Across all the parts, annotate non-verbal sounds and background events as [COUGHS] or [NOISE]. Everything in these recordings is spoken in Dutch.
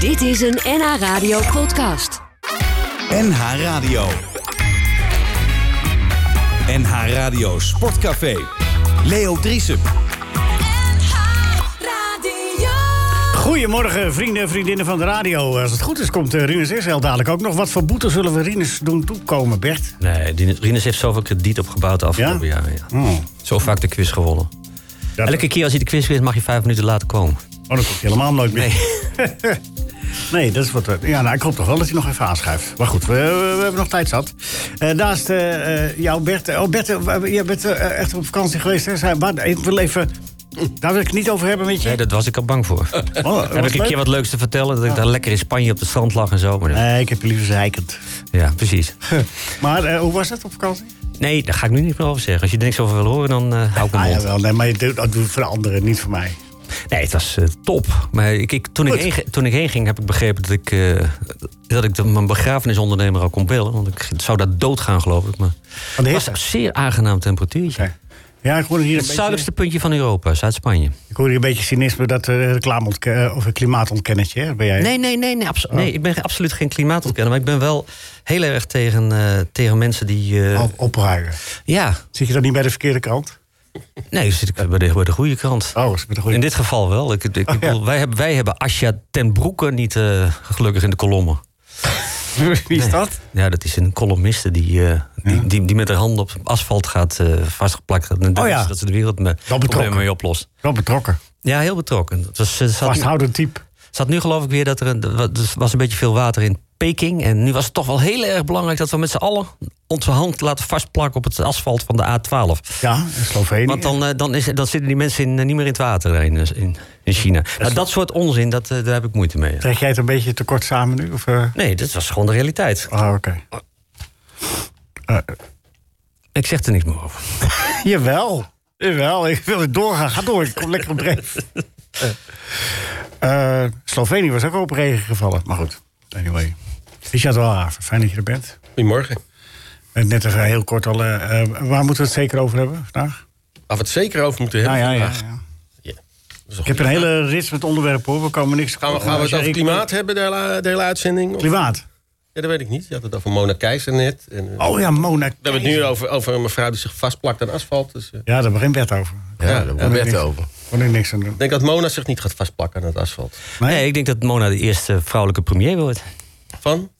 Dit is een NH Radio podcast. NH Radio. NH Radio Sportcafé. Leo Driesen. Goedemorgen, vrienden en vriendinnen van de radio. Als het goed is, komt eh, Rinus Israël dadelijk ook nog. Wat voor boete zullen we Rinus doen toekomen, Bert? Nee, Dien- Rinus heeft zoveel krediet opgebouwd de afgelopen Ja? jaren. Ja. Oh, Zo vaak de quiz gewonnen. dat, Elke keer als hij de quiz wint, mag je vijf minuten later komen. oh, dat komt helemaal nooit meer. Nee, [LAUGHS] dat is wat... we- Ja, nou, ik hoop toch wel dat hij nog even aanschuift. Maar goed, we, we- we hebben nog tijd zat. Eh naast eh, eh, jou, Bert... Oh, Bert, eh, wa- je bent eh, echt op vakantie geweest, hè? Zij- Maar eh, ik wil even... Daar wil ik het niet over hebben met je. Nee, dat was ik al [LAUGHS] bang voor. Oh, was Heb ik een leuk? keer wat leuks te vertellen? Dat ik daar lekker in Spanje op het strand lag en zo. Maar dat- Nee, ik heb je liever zeikend. [LAUGHS] Ja, precies. Maar eh, hoe was het op vakantie? Nee, daar ga ik nu niet meer over zeggen. Als je er niks over wil horen, dan eh, hou ik mijn Ah, mond. jawel, nee, maar je doet, dat doet het voor de anderen, niet voor mij. Nee, het was eh, top. Maar ik, ik, toen, ik Goed. heen, ge- toen ik heen ging, heb ik begrepen dat ik, eh, dat ik de- mijn begrafenisondernemer al kon bellen. Want ik zou daar dood gaan, geloof ik. Maar Van de het was hitte. een zeer aangenaam temperatuurtje. Oké. Ja, ik hoorde hier Het dus- een beetje, zuidelijkste puntje van Europa, Zuid-Spanje. ik hoorde hier een beetje cynisme dat eh reclame of een klimaatontkennetje. Hè? Ben jij? Nee, nee, nee, nee, Oh. abso- nee ik ben ge- absoluut geen klimaatontkenner. Maar ik ben wel heel erg tegen, eh, tegen mensen die... eh, Op, opruimen. Ja, Zit je dan niet bij de verkeerde kant? nee, dan zit ik bij de, bij de goede kant. Oh, is met een goede. In dit [LAUGHS] geval wel. Ik, ik, ik bedoel, wij, hebben, wij hebben Asja ten Broeke niet eh, gelukkig in de kolommen. Wie is dat? Ja, dat is een columniste die, eh, die, die, die met haar handen op asfalt gaat eh, vastgeplakt. En dat, Oh ja. is- dat ze de wereld me, betrokken. problemen mee oplost. Wel betrokken. Ja, heel betrokken. Het was, eh, ze had, Vasthoudend type. zat nu geloof ik weer dat er een, er was een beetje veel water in Peking. En nu was het toch wel heel erg belangrijk dat we met z'n allen onze hand laten vastplakken op het asfalt van de A12. Ja, in Slovenië. Want dan, eh, dan, is, dan zitten die mensen in, eh, niet meer in het water in, eh, in, in China. Nou, dat soort onzin, dat, eh, daar heb ik moeite mee. ja. Trek jij het een beetje te kort samen nu? Of, eh? Nee, dat was gewoon de realiteit. Oh, oké. Ik zeg er niks meer over. Jawel. Jawel, ik wil het doorgaan. Ga door, ik kom lekker op [LAUGHS] dreef. Eh, eh, Slovenië was ook al op regen gevallen. Maar goed, anyway. Richard Walhaven, fijn dat je er bent. Goedemorgen. En Eh, Net even heel kort al. eh, eh, waar moeten we het zeker over hebben vandaag? Waar we het zeker over moeten hebben. vandaag. Ja. Dat is een Ik heb goede een vraag. hele rits met onderwerpen hoor. We komen niks. Gaan we, gaan we het over klimaat hebben, de hele, de hele uitzending? Of- Klimaat. Ja, dat weet ik niet. Je had het over Mona Keizer net. En, eh, Oh ja, Mona. we hebben het nu over, over een mevrouw die zich vastplakt aan asfalt. Dus, eh, Ja, daar begint wet over. ja, daar ja. wordt ik wet niks- over. Kon ik niks aan doen. Ik denk dat Mona zich niet gaat vastplakken aan het asfalt. Nee, ik denk dat Mona de eerste vrouwelijke premier wordt. Van?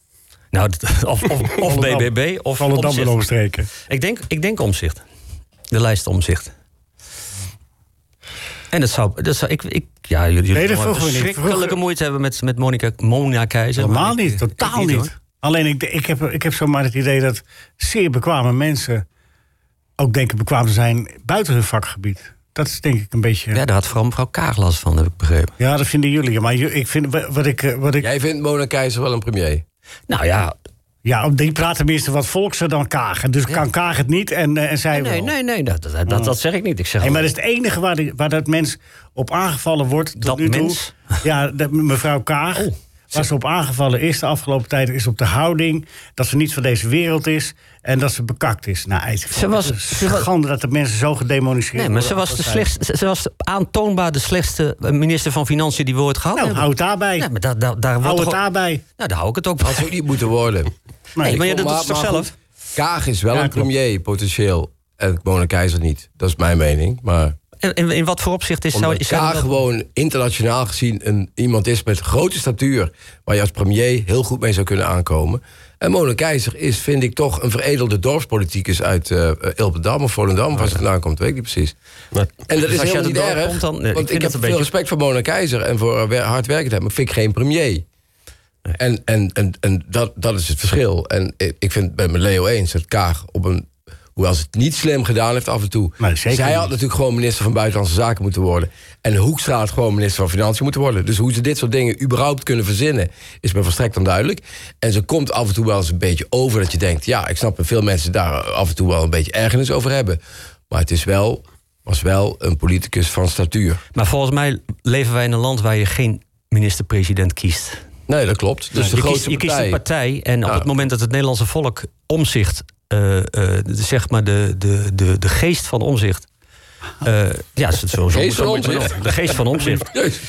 Nou, dat- [LAUGHS] of, of, of BBB of Volendam wil Omtzigt. overstreken. Ik denk, ik denk omzicht. De lijst omzicht. En dat zou, dat zou ik, ik, ja, jullie dat jullie zullen vroegen we niet. verschrikkelijke Vroegen- moeite hebben met, met Monica, Mona Keizer. maar Helemaal ik- niet, ik- totaal ik niet. hoor. Alleen ik, ik, heb, ik heb zomaar het idee dat zeer bekwame mensen ook denken bekwaam te zijn buiten hun vakgebied. Dat is denk ik een beetje. Ja, Ja, daar had vooral mevrouw Kaaglas van, heb ik begrepen. dat vinden jullie. Maar ju- ik vind wa- wat ik. eh, Wat ik Jij vindt Mona Keizer wel een premier? Nou ja, ja, die praat tenminste wat volkser dan Kaag. Dus kan Kaag het niet en, eh, en zij wel. nee, nee, nee, dat, dat, dat, dat zeg ik niet. Ik zeg Hey, maar alleen- dat is het enige waar, die- waar dat mens op aangevallen wordt. Tot Dat nu toe. [LAUGHS] mens? Oh. Ja, dat me- mevrouw Kaag. Waar ze op aangevallen is de afgelopen tijd, is op de houding. Dat ze niet van deze wereld is. En dat ze bekakt is. Nou, ik vond Ze was- het een ze was- schande dat de mensen zo gedemoniseerd nee, maar ze worden. was, de slechtste, ze- ze was aantoonbaar de slechtste eh, minister van Financiën die we ooit gehad Nou, hebben. hou het daarbij. Nee, maar daar, daar, daar wordt hou het toch- daarbij. Nou, daar hou ik het ook Had van. ze ook niet moeten [LAUGHS] worden. Nee, maar je doet Maar- het toch maar zelf? goed, Kaag is wel Ja, een klopt. premier, potentieel. En Mona Keizer niet. Dat is mijn mening. Maar En in, in wat voor opzicht is zou omdat is zij Kaag wel- gewoon internationaal gezien een, iemand is met grote statuur... waar je als premier heel goed mee zou kunnen aankomen. En Mona Keizer is, vind ik, toch een veredelde dorpspoliticus... uit eh Ilpendam of Volendam, waar ze vandaan komt, weet ik niet precies. Maar- En dat Oh, Dus is als helemaal je uit niet het dorp erg, komt, dan- nee, ik want ik, vind dat heb een veel beetje- respect voor Mona Keizer... en voor haar wer- hardwerkendheid, maar vind ik geen premier. En, en, en, en dat, dat is het verschil. En ik ik vind het bij mijn Leo eens dat Kaag op een... Hoewel ze het niet slim gedaan heeft af en toe. Nee, zeker Zij niet. had natuurlijk gewoon minister van Buitenlandse Zaken moeten worden. En Hoekstra had gewoon minister van Financiën moeten worden. Dus hoe ze dit soort dingen überhaupt kunnen verzinnen... is me volstrekt onduidelijk. En ze komt af en toe wel eens een beetje over dat je denkt... ja, ik snap dat veel mensen daar af en toe wel een beetje ergernis over hebben. Maar het is wel, was wel een politicus van statuur. Maar volgens mij leven wij in een land waar je geen minister-president kiest. Nee, dat klopt. Dus de je, grootste kiest je kiest partij. een partij en op Ja. het moment dat het Nederlandse volk omzicht, eh, eh, de- zeg maar de, de, de, de geest van omzicht Eh, ja, zo, zo, zo, Geest van zo moet je het omzicht. doen. De geest van omzicht. Jezus.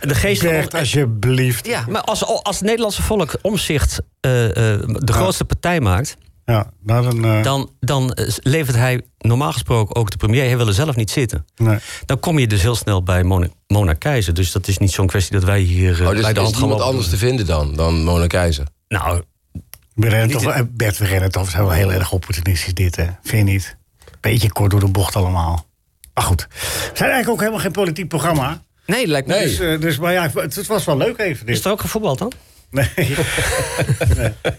De geest van Bert, alsjeblieft. Ja, maar als, als het Nederlandse volk omzicht eh, de grootste partij maakt... Ja, nou dan... eh, dan, dan eh, levert hij normaal gesproken ook de premier... hij wil er zelf niet zitten. nee. Dan kom je dus heel snel bij Mona, Mona Keizer. Dus dat is niet zo'n kwestie dat wij hier eh, Oh, dus bij de er hand is gaan niemand lopen. anders te vinden dan, dan Mona Keizer. Nou, We rennen toch, eh, Bert, we rennen toch zijn wel heel erg opportunistisch dit, hè? Vind je niet? Beetje kort door de bocht allemaal. Maar goed, we zijn eigenlijk ook helemaal geen politiek programma. nee, lijkt me... Dus, eh, dus, maar ja, het, het was wel leuk even. Is Dit. er ook gevoetbald dan? Nee. Nee.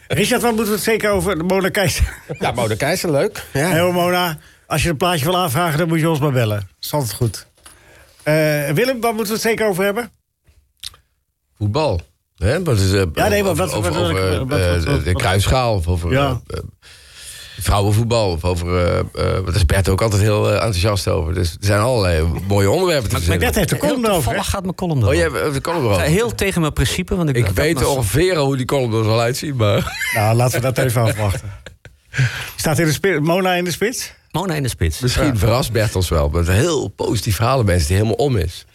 Richard, wat moeten we het zeker over de Mona Keizer? Ja, Mona Keizer, leuk. Ja. Hey, Mona, als je een plaatje wil aanvragen, dan moet je ons maar bellen. Dat is altijd goed. Eh, Willem, waar moeten we het zeker over hebben? Voetbal. Hè? Wat is, eh, Ja, nee, maar wat- over, wat- over, wat- eh, wat- wat- wat- eh, de kruisschaal of over Ja. eh, eh, vrouwenvoetbal of over. eh, eh, want daar is Bert ook altijd heel eh, enthousiast over. Dus er zijn allerlei mooie onderwerpen te Bert verzinnen. heeft de Heel column over. toevallig hè? gaat mijn column dan. Oh, jij hebt de column Ja, erover. Heel tegen mijn principe, want ik... Ik weet ongeveer al hoe die column er zal uitzien, maar Nou, laten we dat even afwachten. Staat in de spi- Mona in de spits? Mona in de spits. misschien verrast Bert ons wel. Met een heel positief verhaal bij mensen die helemaal om is.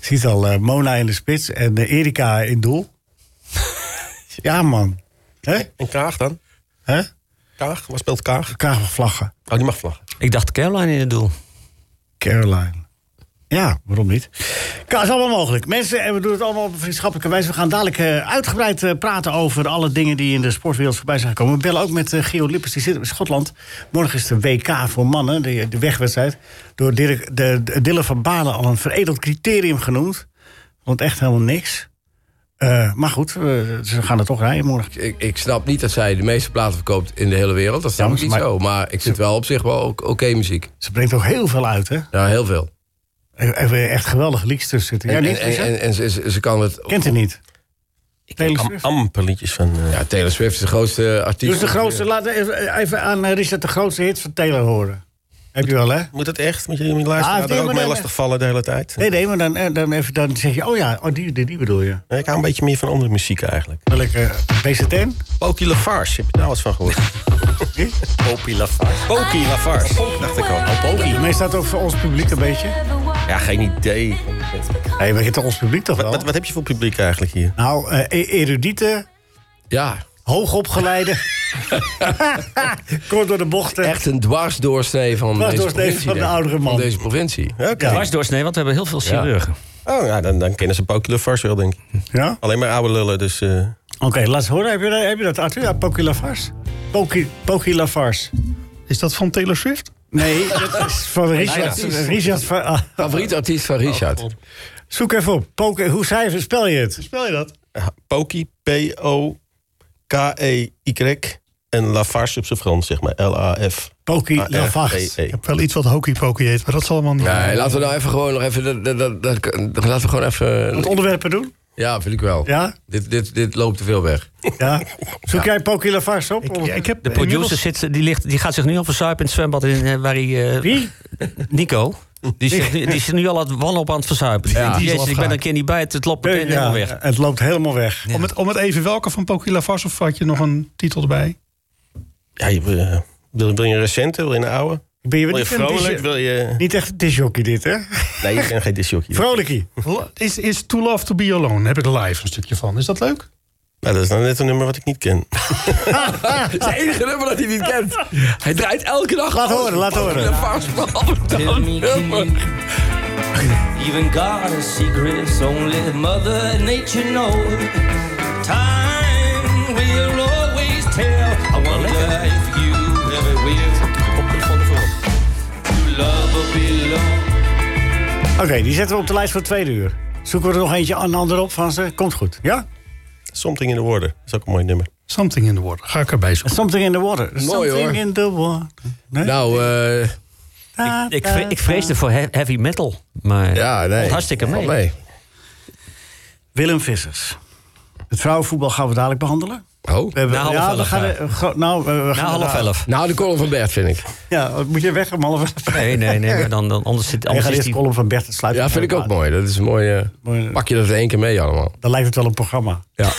Ziet al, eh, Mona in de spits en eh, Erika in doel. ja, man. Hè? En Kaag dan? Hè? Kaag? Waar speelt Kaag? Elkaar van vlaggen. Oh, die mag vlaggen. Ik dacht Caroline in het doel. Caroline. Ja, waarom niet? Ka- is allemaal mogelijk. Mensen, en we doen het allemaal op een vriendschappelijke wijze. We gaan dadelijk eh, uitgebreid eh, praten over alle dingen die in de sportwereld voorbij zijn gekomen. We bellen ook met eh Geo Lippers, die zit in Schotland. Morgen is de WK voor mannen, de, de wegwedstrijd. Door Dirk, de, de- Dylan van Balen al een veredeld criterium genoemd. Want echt helemaal niks. Eh, maar goed, we- ze gaan er toch rijden morgen. Ik, ik snap niet dat zij de meeste platen verkoopt in de hele wereld. Dat snap Ja, ik niet maar- zo. Maar ik vind wel op zich wel ook oké muziek. Ze brengt ook heel veel uit, hè? Ja, heel veel. Er- er- er- Echt geweldige liedjes tussen zitten. Ja, En, niet, en, Richard? en, en ze, ze- ze kan het. Kent hij niet? Taylor Am, Swift. amper liedjes van... eh, Ja, Taylor Swift is de grootste artiest. Dus de grootste, laat even even aan eh, Richard de grootste hits van Taylor horen. Heb je wel, hè? Moet dat echt? Moet je iemand luisteren? Ah, daar nee, ook maar mee dan- lastig vallen de hele tijd. Nee, nee, maar dan, eh, dan, even, dan zeg je, oh ja, oh, die, die, die bedoel je. eh, Nee, ik hou een beetje meer van andere muziek eigenlijk. Welke? BZN? Pokey Lafarge, heb je daar wat van [LAUGHS] gehoord? Pokey Lafarge. Pokey Lafarge. dacht ik al. Oh, Pokey. Daarmee staat ook voor ons publiek een beetje. Ja, geen idee. Nee, maar je hebt toch ons publiek toch wel? Wat, wat heb je voor publiek eigenlijk hier? Nou, eh, e- erudite, Ja, [LAUGHS] hoogopgeleide. Kort door de bochten. echt een dwarsdoorsnee van deze Dwarsdoorsnee provincie. van de denk ik. oudere man. Van deze [LAUGHS] provincie. Oké. Dwars doorsnee, want we hebben heel veel chirurgen. Oh, ja, dan, dan kennen ze Pokey Lafarge wel, denk ik. Ja? Alleen maar oude lullen, dus... eh, Oké, laat eens horen. Heb je, dat- heb je dat, Arthur? Ja, Poki Lafarge. Poki, Poki [LAUGHS] Lafarge. Is dat van Taylor Swift? Nee, dat is van Richard. Richard van, ah, Favoriet artiest van Richard. zoek even op. Poki, hoe cijfer spel je het? Spel je dat? Pokey, P-O-K-E-Y. E En Lafarge op zijn Frans, zeg maar. L-A-F. Poki A-R-G-E. Lafarge. Ik heb wel iets wat hokey pokey heet, maar dat zal allemaal niet. nee, laten we nou even gewoon nog even. Dat, dat, dat, dat- laten we gewoon Het even. onderwerpen doen? Ja, vind ik wel. Ja? Dit, dit, dit loopt te veel weg. Ja. Zoek jij Poki Lafarge op? Ik, ik heb De producer zit, die, ligt, die gaat zich nu al verzuipen in het zwembad in, eh, waar hij... eh, Wie? Nico. Die is, zich nu- die is nu al aan het wanhoop aan het verzuipen. Die Ja. denkt, Die is al jezus, ik ben er een keer niet bij, het, het loopt meteen helemaal weg. het loopt helemaal weg. Om, het, om het even welke van Pokey Lafarge of had je nog een titel erbij? Ja, je, eh, wil, wil je een recente, wil je een oude? Ben je, Wil je niet, een vrolijk, disj- wil je... niet echt een disjockey dit, hè? Nee, ik ben geen disjockey. Vrolijkie. Is, is To Love To Be Alone, heb ik live een stukje van. Is dat leuk? Nou, dat is nou net een nummer wat ik niet ken. Het is het enige nummer dat hij niet kent. Hij draait elke dag. Laat horen, laat horen. Even God has secrets only Mother Nature knows. Time will always tell. I wonder if you ever will. To love or be loved. Oké, die zetten we op de lijst voor tweede uur. Zoeken we er nog eentje een ander op van ze. Komt goed. Ja? Something in the Water. Dat is ook een mooi nummer. Something in the Water. Ga ik erbij zoeken. Something in the water. Something hoor. in the water. Nee? Nou, eh, Da, Ik, da, vre- ik vreesde voor he- heavy metal. Maar ja, nee. valt hartstikke mee. Valt mee. Willem Vissers. Het vrouwenvoetbal gaan we dadelijk behandelen. Oh. We hebben, Na half ja, we elf, gaan, ja. eh, gro- nou, eh, we Na gaan half elf. Nou, de column van Bert vind ik. Ja, moet je weg om half elf. Nee, nee, nee. Maar dan, dan, anders zit, Je anders gaat eerst is de die- column van Bert het sluiten. Ja, vind ik ook mooi. eh, Dat is een mooie. Mooi. eh, Pak je dat in één keer mee allemaal. Dan lijkt het wel een programma. Ja.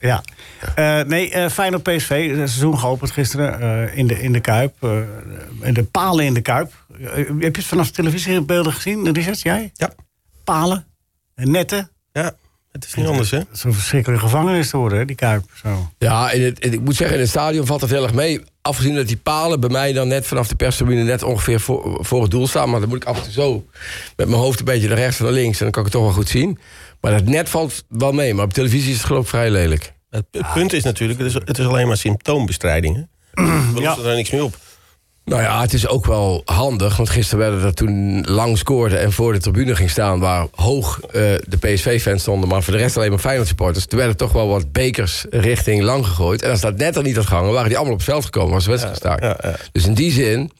Ja. Eh, nee, eh Feyenoord PSV. Het seizoen geopend gisteren eh, in, de, in de Kuip. eh, in de palen in de Kuip. Eh, heb je het vanaf de televisie beelden gezien, Richard? Jij? Ja. Palen. En netten. Ja, het is niet anders, hè? Zo'n verschrikkelijke gevangenis te worden, hè, die Kuip. Zo. Ja, in het, in- ik moet zeggen, in het stadion valt het heel erg mee. Afgezien dat die palen bij mij dan net vanaf de perstribune net ongeveer voor, voor het doel staan. Maar dan moet ik af en toe zo met mijn hoofd een beetje naar rechts en naar links. En dan kan ik het toch wel goed zien. Maar dat net valt wel mee. Maar op televisie is het geloof ik vrij lelijk. Het pu- punt is natuurlijk, het is, het is alleen maar symptoombestrijding. [CLEARS THROAT] Hè? We lossen er niks mee op. Nou ja, het is ook wel handig. Want gisteren werden er toen lang scoorde en voor de tribune ging staan... waar hoog eh, de PSV-fans stonden, maar voor de rest alleen maar Feyenoord-supporters. Toen werden toch wel wat bekers richting lang gegooid. En als dat net al niet had gehangen, waren die allemaal op het veld gekomen... als de wedstrijd staakt. Dus in die zin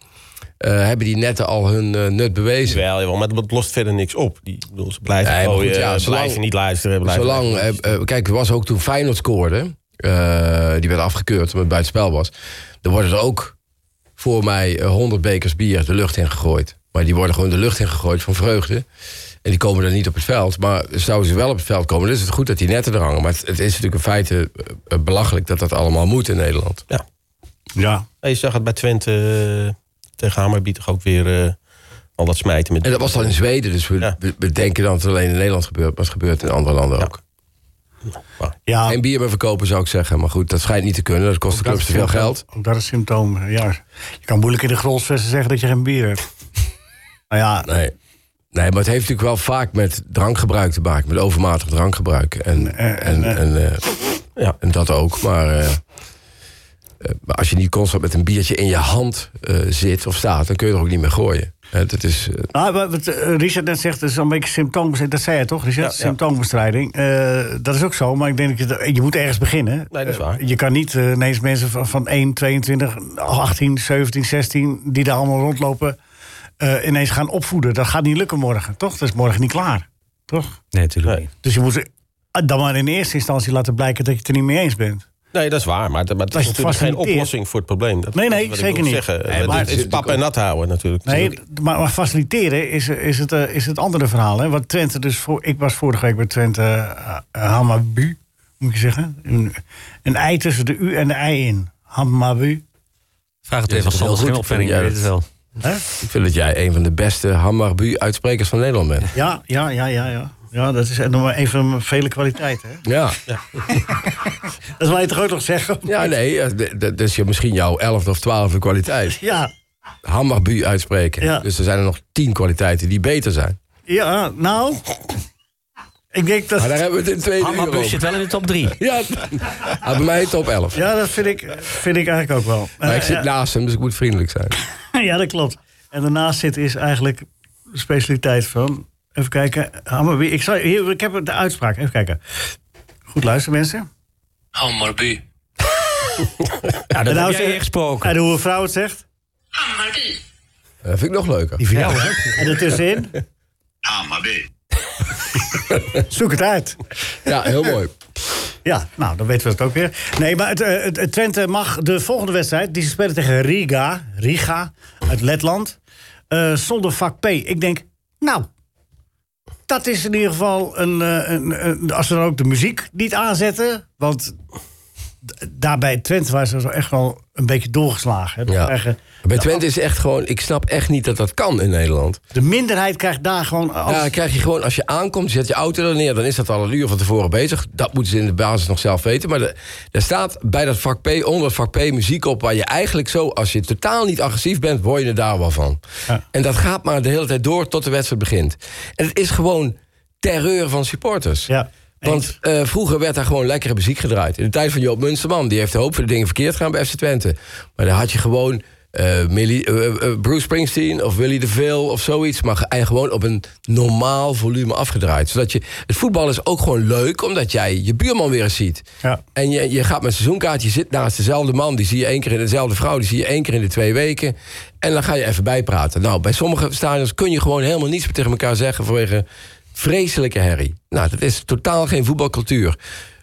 eh, hebben die netten al hun eh, nut bewezen. Wel, jawel, maar het lost verder niks op. Die, ik bedoel, ze blijven, Nee, maar gooien, goed, ja, eh, zolang- blijven niet luisteren. Blijven Zolang, luisteren. eh, eh, kijk, er was ook toen Feyenoord scoorde... eh, die werd afgekeurd omdat het buitenspel was... dan worden er ook voor mij eh, 100 bekers bier de lucht in gegooid. Maar die worden gewoon de lucht in gegooid van vreugde. En die komen dan niet op het veld. Maar zouden ze wel op het veld komen, dan is het goed dat die netten er hangen. Maar het, het is natuurlijk in feite eh, eh, belachelijk dat dat allemaal moet in Nederland. Ja. Ja. Ja, Je zag het bij Twente eh, tegen Hammerby toch ook weer eh, al dat smijten. Met En dat was dan in Zweden, dus we, Ja. we- we denken dan dat het alleen in Nederland gebeurt. Maar het gebeurt in andere landen ook. ja Geen bier meer verkopen zou ik zeggen. Maar goed, dat schijnt niet te kunnen. Dat kost de clubs te veel symptoom- geld. Ook dat is symptoom. Ja. Je kan moeilijk in de grolsvesten zeggen dat je geen bier hebt. [LAUGHS] nou ja, Nee. Nee, maar het heeft natuurlijk wel vaak met drankgebruik te maken. Met overmatig drankgebruik. En, en, en, eh, ja. en dat ook. Maar eh, eh, maar als je niet constant met een biertje in je hand eh, zit of staat... dan kun je er ook niet meer gooien. Hè, dat is, eh, Nou, wat wat, eh, Richard net zegt, dat is een beetje symptoombestrijding. Dat zei hij toch, Richard? Ja, ja. Symptoombestrijding. Eh, dat is ook zo, maar ik denk dat je, je moet ergens beginnen. Nee, dat is waar. Eh, je kan niet eh, ineens mensen van, van 1, 22, 18, 17, 16... die daar allemaal rondlopen, eh, ineens gaan opvoeden. Dat gaat niet lukken morgen, toch? Dat is morgen niet klaar, toch? Nee, natuurlijk Nee. niet. Dus je moet ze eh, dan maar in eerste instantie laten blijken dat je het er niet mee eens bent. Nee, dat is waar. Maar, maar het Dat is je natuurlijk geen faciliteert. oplossing voor het probleem. Dat, Nee, nee, dat is wat ik zeker wil niet. Zeggen. Nee, Eh, maar het is het- pap en nat houden natuurlijk. Nee, Natuurlijk. d- maar, maar faciliteren is, is, het, eh, is het andere verhaal. Hè? Want Twente dus voor, ik was vorige week bij Twente eh, eh, Hamabu, moet je zeggen. Een, een ei tussen de U en de I in. Hamabu. Vraag het even is van wel Sander goed, Schimmelpenning, ja, weet dat- het wel. Hè? ik vind dat jij een van de beste Hammarbu-uitsprekers van Nederland bent. Ja, ja, ja, ja, ja. Ja, dat is nog maar een van mijn vele kwaliteiten. Hè? Ja, Dat wil je toch ook nog zeggen? ja nee, eh, d- d- dat is je- misschien jouw elfde of twaalfde kwaliteit. Ja, Hammarbu uitspreken. Ja. Dus er zijn er nog tien kwaliteiten die beter zijn. ja, nou. Ik denk dat. Maar daar hebben we het in twee uur Hammerbus over. zit wel in de top 3. Ja, [LAUGHS] Ah, bij mij top 11. Ja, dat vind ik, vind ik eigenlijk ook wel. Maar ik Eh, zit naast hem, dus ik moet vriendelijk zijn. [LAUGHS] Ja, dat klopt. En daarnaast zit is eigenlijk de specialiteit van. Even kijken. Hammerby. Ik, zal, hier, ik heb de uitspraak. Even kijken. Goed luisteren, mensen. Hammarby. Ja, dat En heb nou jij zeg- gesproken. En hoe een vrouw het zegt. Hammarby. Dat Eh, vind ik nog leuker. Die vrouw, hè? En ertussenin. Hammarby. Zoek het uit. Ja, heel [LAUGHS] mooi. Ja, nou, dan weten we het ook weer. Nee, maar het, eh, het, het Twente mag de volgende wedstrijd... die ze spelen tegen Riga, Riga uit Letland... eh, zonder vak P. Ik denk, nou... Dat is in ieder geval een, eh, een, een- Als ze dan ook de muziek niet aanzetten... want d- daarbij Twente waren ze zo echt wel een beetje doorgeslagen. Hè? Ja. Krijgen- Bij Twente is echt gewoon, ik snap echt niet dat dat kan in Nederland. De minderheid krijgt daar gewoon... Als, Ja, dan krijg je gewoon, als je aankomt, zet je auto er neer, dan is dat al een uur van tevoren bezig. Dat moeten ze in de basis nog zelf weten. Maar de- er staat bij dat vak P, onder het vak P, muziek op waar je eigenlijk zo, als je totaal niet agressief bent, word je er daar wel van. En dat gaat maar de hele tijd door tot de wedstrijd begint. En het is gewoon terreur van supporters. Ja. Want eh, vroeger werd daar gewoon lekkere muziek gedraaid. In de tijd van Joop Munsterman, die heeft de hoop voor de dingen verkeerd gedaan bij FC Twente. Maar daar had je gewoon eh, Millie- eh, eh, Bruce Springsteen of Willy DeVille of zoiets. Maar ge- en gewoon op een normaal volume afgedraaid. Zodat je, het voetbal is ook gewoon leuk, omdat jij je buurman weer eens ziet. Ja. En je, je gaat met seizoenkaart, je zit naast dezelfde man, die zie je één keer in dezelfde vrouw, die zie je één keer in de twee weken. En dan ga je even bijpraten. Nou, bij sommige stadions kun je gewoon helemaal niets meer tegen elkaar zeggen vanwege vreselijke herrie. Nou, dat is totaal geen voetbalcultuur.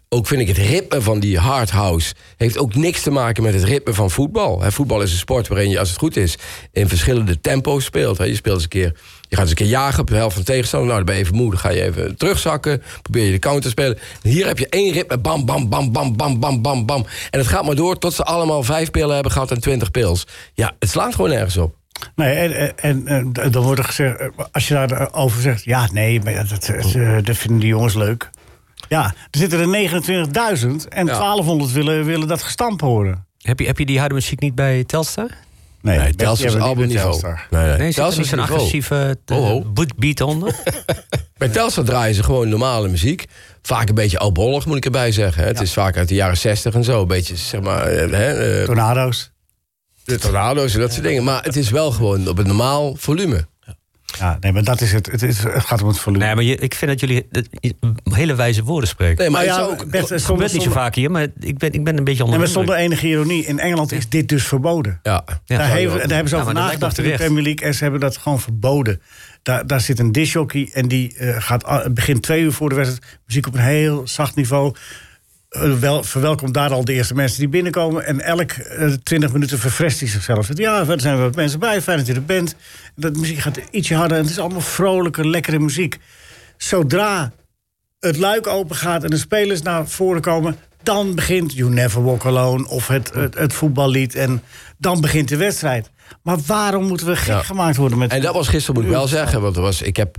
Ook vind ik het ritme van die hard house heeft ook niks te maken met het ritme van voetbal. Hè, voetbal is een sport waarin je, als het goed is, in verschillende tempo's speelt. Hè. Je speelt eens een keer Je gaat eens een keer jagen op de helft van de tegenstander. Nou, dan ben je even moe. Dan ga je even terugzakken. Probeer je de counter te spelen. Hier heb je één ritme. Bam, bam, bam, bam, bam, bam, bam, bam. En het gaat maar door tot ze allemaal vijf pillen hebben gehad en twintig pils. Ja, het slaat gewoon nergens op. Nee, en, en- en, en d- dan wordt er gezegd, eh, als je daarover zegt, ja, nee, maar ja, dat, eh, dat vinden die jongens leuk. Ja, er zitten er 29.000 en 1200 willen, willen dat gestamp horen. Heb je, heb je die harde muziek niet bij Telstar? Nee, Nee, Bert, die Telstra is hebben we niet bij albumniveau. Telstar. Nee, Nee, zit er Telstra niet is zo'n niveau. agressieve eh, Ho, ho. bloedbeat onder? Bij Telstra draaien ze gewoon normale muziek. Vaak een beetje oudbollig, moet ik erbij zeggen. hè. Het is vaak uit de jaren 60 en zo. Een beetje, zeg maar, eh, hè, eh, Tornado's. de tornado's en dat soort dingen. Maar het is wel gewoon op een normaal volume. Ja, nee, maar dat is het. Het, is, het gaat om het volume. Nee, maar je, ik vind dat jullie dat je hele wijze woorden spreken. Nee, maar Nou het ja, is ook... Bert, het zonder- gebeurt niet zo zonder- vaak hier, maar ik ben, ik ben een beetje onder Nee, maar de indruk. zonder enige ironie, in Engeland is dit dus verboden. Ja. Ja. daar, hebben, daar hebben ze Ja, over maar dat nagedacht in lijkt de me Premier League. En ze hebben dat gewoon verboden. Daar, daar zit een disjockey en die eh, gaat, a- begint twee uur voor de wedstrijd. Muziek op een heel zacht niveau. Eh, wel, verwelkomt daar al de eerste mensen die binnenkomen. En elk eh, twintig minuten verfrest hij zichzelf. Zegt, ja, er zijn wat mensen bij. Fijn dat je er bent. Dat muziek gaat ietsje harder. En het is allemaal vrolijke, lekkere muziek. Zodra het luik open gaat en de spelers naar voren komen. Dan begint You Never Walk Alone of het, het, het voetballied. En dan begint de wedstrijd. Maar waarom moeten we gek Ja. gemaakt worden met. En dat was gisteren, moet ik wel zeggen. Want er was, ik heb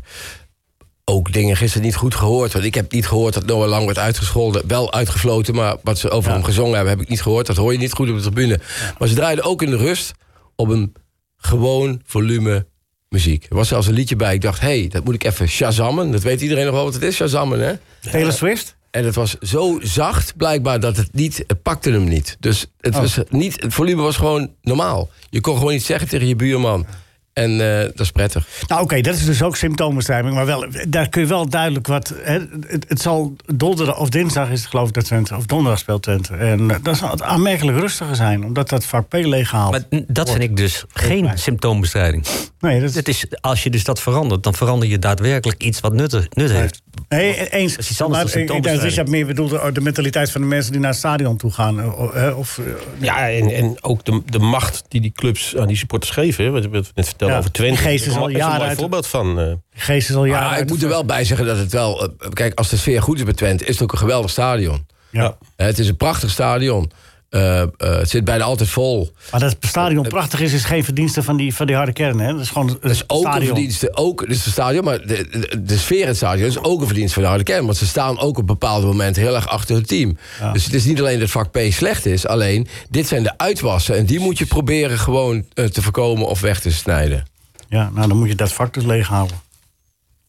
ook dingen gisteren niet goed gehoord. Want ik heb niet gehoord dat Noah Lang werd uitgescholden. Wel uitgefloten, maar wat ze over hem gezongen hebben... heb ik niet gehoord. Dat hoor je niet goed op de tribune. Maar ze draaiden ook in de rust op een gewoon volume muziek. Er was zelfs een liedje bij. Ik dacht, hé, hey, dat moet ik even shazammen. Dat weet iedereen nog wel wat het is, shazammen, hè? Taylor Swift? En het was zo zacht, blijkbaar, dat het niet... Het pakte hem niet. Dus het, was niet, het volume was gewoon normaal. Je kon gewoon iets zeggen tegen je buurman. En eh, dat is prettig. Nou, oké, dat is dus ook symptoombestrijding. Maar wel, daar kun je wel duidelijk wat. Hè, het, het zal donderdag of dinsdag is het geloof ik dat Twente. Of donderdag speelt Twente. En eh, dan zal het aanmerkelijk rustiger zijn, omdat dat vak P leeg haalt. Maar n- dat vind ik dus geen symptoombestrijding. nee, dat is. Het is, als je dus dat verandert, dan verander je daadwerkelijk iets wat nuttig, nut heeft. Nee, eens. Dat is iets anders maar eh, ik- dan ik denk dat symptoombestrijding. Richard meer bedoelde oh, de mentaliteit van de mensen die naar het stadion toe gaan. eh, oh, hè, Of, eh, Ja, en, en ook de, de macht die die clubs aan die supporters geven. hè, Wat wat we net vertelden Ja, over Twente. Geest is al Daar een jaren mooi uit- voorbeeld van. eh. Geest is al jaren. Ja, uit Ah, ik de moet er wel bij zeggen dat het wel... eh, Kijk, als de sfeer goed is bij Twente, is het ook een geweldig stadion. Ja. Eh, Het is een prachtig stadion. Eh, eh, het zit bijna altijd vol. Maar dat het stadion prachtig is, is geen verdienste van die, van die harde kern. Hè? Dat is gewoon het Het Eh, is ook stadion. een verdienste. Ook, het is een stadion, maar de, de, de sfeer in het stadion is ook een verdienste van de harde kern. Want ze staan ook op bepaalde momenten heel erg achter het team. Dus het is niet alleen dat vak P slecht is. Alleen, dit zijn de uitwassen. En die moet je proberen gewoon eh, te voorkomen of weg te snijden. Ja, nou dan moet je dat vak dus leeghalen.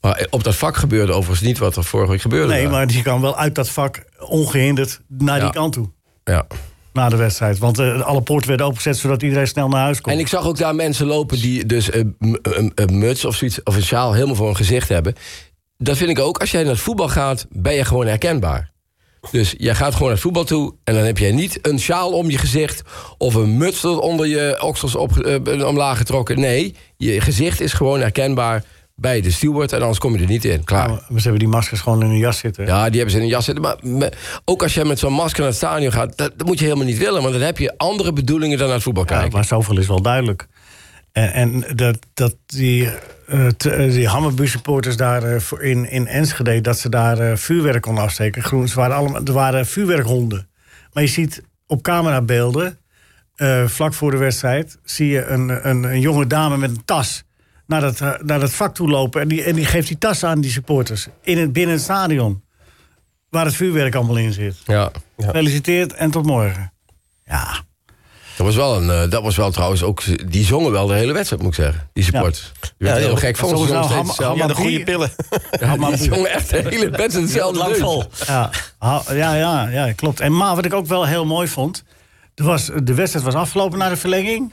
Maar eh, op dat vak gebeurde overigens niet wat er vorige week gebeurde. Nee, daar. maar die kan wel uit dat vak ongehinderd naar Ja. die kant toe. Ja. Na de wedstrijd. Want eh, alle poorten werden opengezet zodat iedereen snel naar huis kon. En ik zag ook daar mensen lopen die dus een, een, een muts of zoiets of een sjaal helemaal voor hun gezicht hebben. Dat vind ik ook, als jij naar het voetbal gaat, ben je gewoon herkenbaar. Dus jij gaat gewoon naar het voetbal toe en dan heb jij niet een sjaal om je gezicht of een muts tot onder je oksels op, eh, omlaag getrokken. Nee, je gezicht is gewoon herkenbaar bij de steward en anders kom je er niet in. Klaar. Nou, Maar Ze hebben die maskers gewoon in hun jas zitten. Ja, die hebben ze in een jas zitten. Maar me- ook als jij met zo'n masker naar het stadion gaat, dat, dat moet je helemaal niet willen, want dan heb je andere bedoelingen dan naar het voetbal Ja, kijken. Eh, maar zoveel is wel duidelijk. En, en dat, dat die, eh t- eh, die Hammerbu-supporters daar eh, voor in, in Enschede... dat ze daar eh, vuurwerk konden afsteken. Groen, ze waren allemaal, er waren vuurwerkhonden. Maar je ziet op camerabeelden, eh, vlak voor de wedstrijd... zie je een, een, een jonge dame met een tas naar dat, eh, naar dat vak toe lopen... En die, en die geeft die tas aan die supporters in het, binnen het stadion. Waar het vuurwerk allemaal in zit. Ja. Gefeliciteerd en tot morgen. Ja, Dat was wel, een, eh, dat was wel trouwens ook. Die zongen wel de hele wedstrijd, moet ik zeggen. Die supporters. Die werden ja, heel gek van. Ze sowieso zongen steeds Ham- hetzelfde. Ja, de maar goede die- [LAUGHS] pillen. Die zongen echt de hele [LAUGHS] wedstrijd hetzelfde. Lang deuntje. vol. Ja, ha- ja, ja, ja, klopt. En, maar wat ik ook wel heel mooi vond... Er was, de wedstrijd was afgelopen na de verlenging.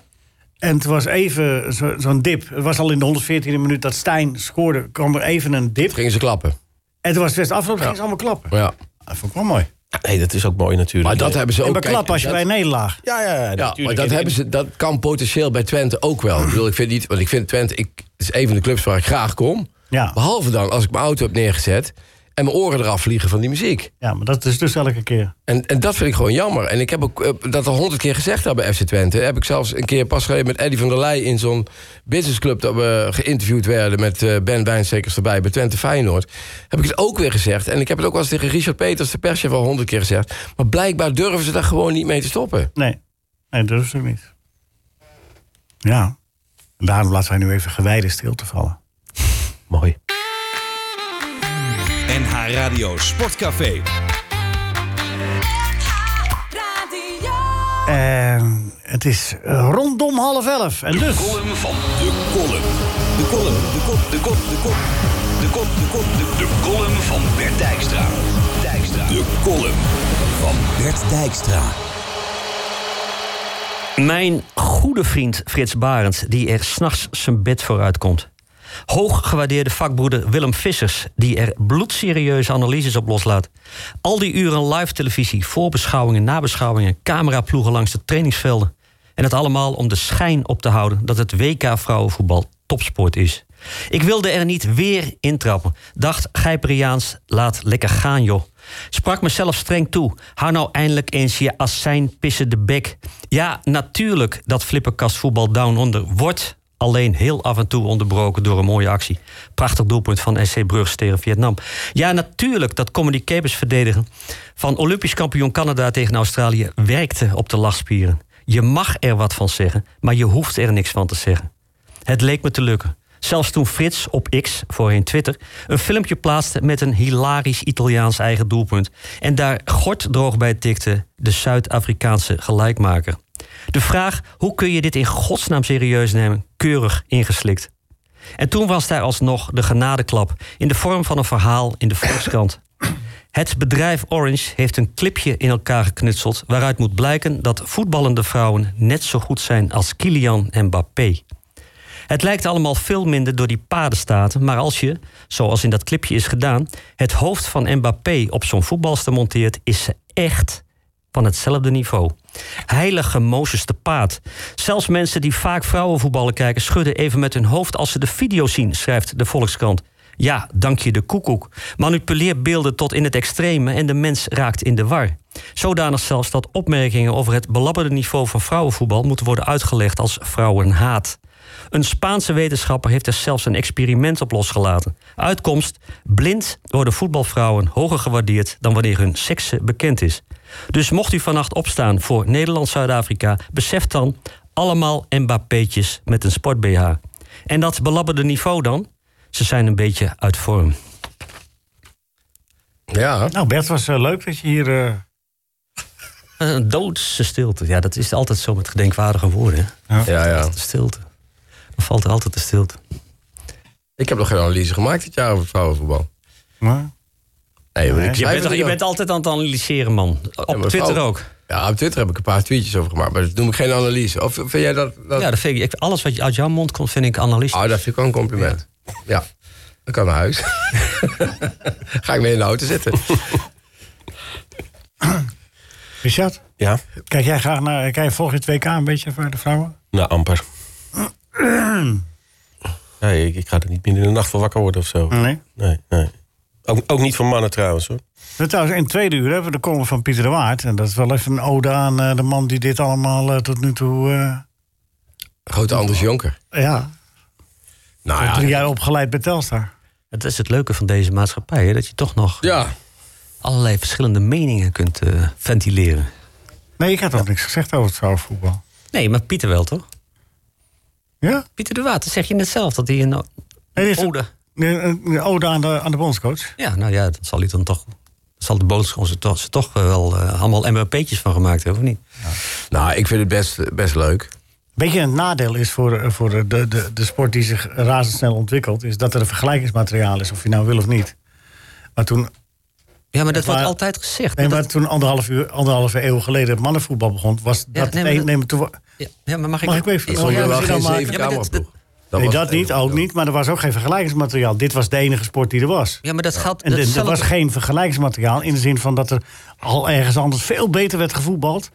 En het was even zo- zo'n dip. Het was al in de 114e minuut dat Stijn scoorde. kwam er even een dip. Gingen ze klappen. En toen was de wedstrijd afgelopen, gingen ze allemaal klappen. Ja. Dat vond ik wel mooi. Nee, dat is ook mooi natuurlijk. Maar dat Nee. hebben ze En ook. maar kijk, klappen als je dat- bij een nederlaag. Ja, ja, ja, Ja, maar natuurlijk. dat, En- hebben ze, dat kan potentieel bij Twente ook wel. Ik, bedoel, ik vind niet, want ik vind Twente ik, het is een van de clubs waar ik graag kom. Ja. Behalve dan als ik mijn auto heb neergezet en mijn oren eraf vliegen van die muziek. Ja, maar dat is dus elke keer. En, en dat vind ik gewoon jammer. En ik heb ook eh, dat al honderd keer gezegd daar bij FC Twente. Heb ik zelfs een keer pas geleden met Eddie van der Leij in zo'n businessclub dat we geïnterviewd werden met eh, Ben Wijnstekers erbij bij Twente Feyenoord. Heb ik het ook weer gezegd. En ik heb het ook wel eens tegen Richard Peters, de perschef, al honderd keer gezegd. Maar blijkbaar durven ze daar gewoon niet mee te stoppen. Nee, nee dat is ook niet. Ja. En daarom laten wij nu even gewijde stil te vallen. Mooi. NH Radio Sportcafé. En het is eh, rondom half elf. En dus... Column van de kolom. De kolom, de kop, de kop, de kop. De kop, de kop, de De kolom van Bert Dijkstra. Dijkstra. De kolom van Bert Dijkstra. Mijn goede vriend Frits Barends, die er s'nachts zijn bed voor uitkomt. Hooggewaardeerde vakbroeder Willem Vissers, die er bloedserieuze analyses op loslaat. Al die uren live televisie, voorbeschouwingen, nabeschouwingen, cameraploegen langs de trainingsvelden. En dat allemaal om de schijn op te houden dat het WK vrouwenvoetbal topsport is. Ik wilde er niet weer intrappen. Dacht Gijperiaans, laat lekker gaan joh. Sprak mezelf streng toe. Hou nou eindelijk eens je azijn pissen de bek. Ja, natuurlijk dat flipperkastvoetbal down onder wordt... alleen heel af en toe onderbroken door een mooie actie. Prachtig doelpunt van SC Brugge tegen Vietnam. Ja, natuurlijk dat comedy capers verdedigen... van Olympisch kampioen Canada tegen Australië... werkte op de lachspieren. Je mag er wat van zeggen, maar je hoeft er niks van te zeggen. Het leek me te lukken. Zelfs toen Frits op X, voorheen Twitter, een filmpje plaatste met een hilarisch Italiaans eigen doelpunt. En daar gorddroog bij tikte de Zuid-Afrikaanse gelijkmaker. De vraag: hoe kun je dit in godsnaam serieus nemen? Keurig ingeslikt. En toen was daar alsnog de genadeklap in de vorm van een verhaal in de Volkskrant. Het bedrijf Orange heeft een clipje in elkaar geknutseld waaruit moet blijken dat voetballende vrouwen net zo goed zijn als Kylian Mbappé. Het lijkt allemaal veel minder door die padenstaten, maar als je, zoals in dat clipje is gedaan, het hoofd van Mbappé op zo'n voetbalster monteert, is ze echt van hetzelfde niveau. Heilige Mozes te paard. Zelfs mensen die vaak vrouwenvoetballen kijken, schudden even met hun hoofd als ze de video zien, schrijft de Volkskrant. Ja, dank je de koekoek. Manipuleer beelden tot in het extreme en de mens raakt in de war. Zodanig zelfs dat opmerkingen over het belabberde niveau van vrouwenvoetbal moeten worden uitgelegd als vrouwenhaat. Een Spaanse wetenschapper heeft er zelfs een experiment op losgelaten. Uitkomst: blind worden voetbalvrouwen hoger gewaardeerd dan wanneer hun sekse bekend is. Dus mocht u vannacht opstaan voor Nederland-Zuid-Afrika, besef dan allemaal Mbappé'tjes met een sport-BH. En dat belabberde niveau dan? Ze zijn een beetje uit vorm. Ja. Nou, Bert, was eh, leuk dat je hier... eh, Een doodse stilte. Ja, dat is altijd zo met gedenkwaardige woorden. hè? Ja, ja. De stilte. Dan valt er altijd de stilte. Ik heb nog geen analyse gemaakt dit jaar over het vrouwenvoetbal. maar- Nee, maar ik Je schrijf bent, het je ook. bent altijd aan het analyseren, man. Ja, Op maar Twitter vrouw- ook. Ja, op Twitter heb ik een paar tweetjes over gemaakt, maar dat noem ik geen analyse. Of vind jij dat... dat... Ja, dat vind ik, ik- alles wat uit jouw mond komt, vind ik Ah, analyse. Oh, dat vind ik wel een compliment. Ja, dan kan ik naar [LAUGHS] huis. Ga ik mee in de auto zitten. Richard, Ja? kijk jij graag naar... Kijk je volgend WK een beetje voor de vrouwen? Nou, amper. Nee, ik, ik ga er niet midden in de nacht van wakker worden of zo. Nee. Nee, nee. Ook, ook niet voor mannen trouwens hoor. Nou, trouwens, in het tweede uur hebben we de column van Pieter de Waard. En dat is wel even een ode aan eh, de man die dit allemaal eh, tot nu toe... eh, Grote Anders Jonker. ja, Nou ja. drie jaar opgeleid bij Telstar. Het is het leuke van deze maatschappij, hè, dat je toch nog Ja, allerlei verschillende meningen kunt eh, ventileren. Nee, ik had nog niks gezegd over het vrouwenvoetbal. Nee, maar Pieter wel, toch? Ja? Pieter de Water, zeg je net zelf, dat hij een o- Nee, dit is- ode... Nee, Een een ode aan de, aan de bondscoach. Ja, nou ja, dat zal hij dan toch... Zal de boodschap ze toch, ze toch eh, wel eh, allemaal MRP'tjes van gemaakt hebben, of niet? nou, ik vind het best, best leuk. Beetje een nadeel is voor, eh, voor de, de, de, de sport die zich razendsnel ontwikkelt... is dat er een vergelijkingsmateriaal is, of je nou wil of niet. Maar toen, Ja, maar dat maar- wordt altijd gezegd. nee, maar maar dat- toen anderhalf, uur, anderhalve eeuw geleden mannenvoetbal begon... was Ja, dat nee, nee, maar dat- nee, maar toen... wa- ja, ja, maar mag ik... Mag ik even- Ja, Oh, Zonder ja, wel misschien geen dan maar- zeven Ja, maar dat- kamerploeg. Nee, was dat het niet, enige. ook niet. Maar er was ook geen vergelijkingsmateriaal. Dit was de enige sport die er was. Ja, maar dat geldt... En dit- er datzelfde- was geen vergelijkingsmateriaal in de zin van dat er al ergens anders veel beter werd gevoetbald.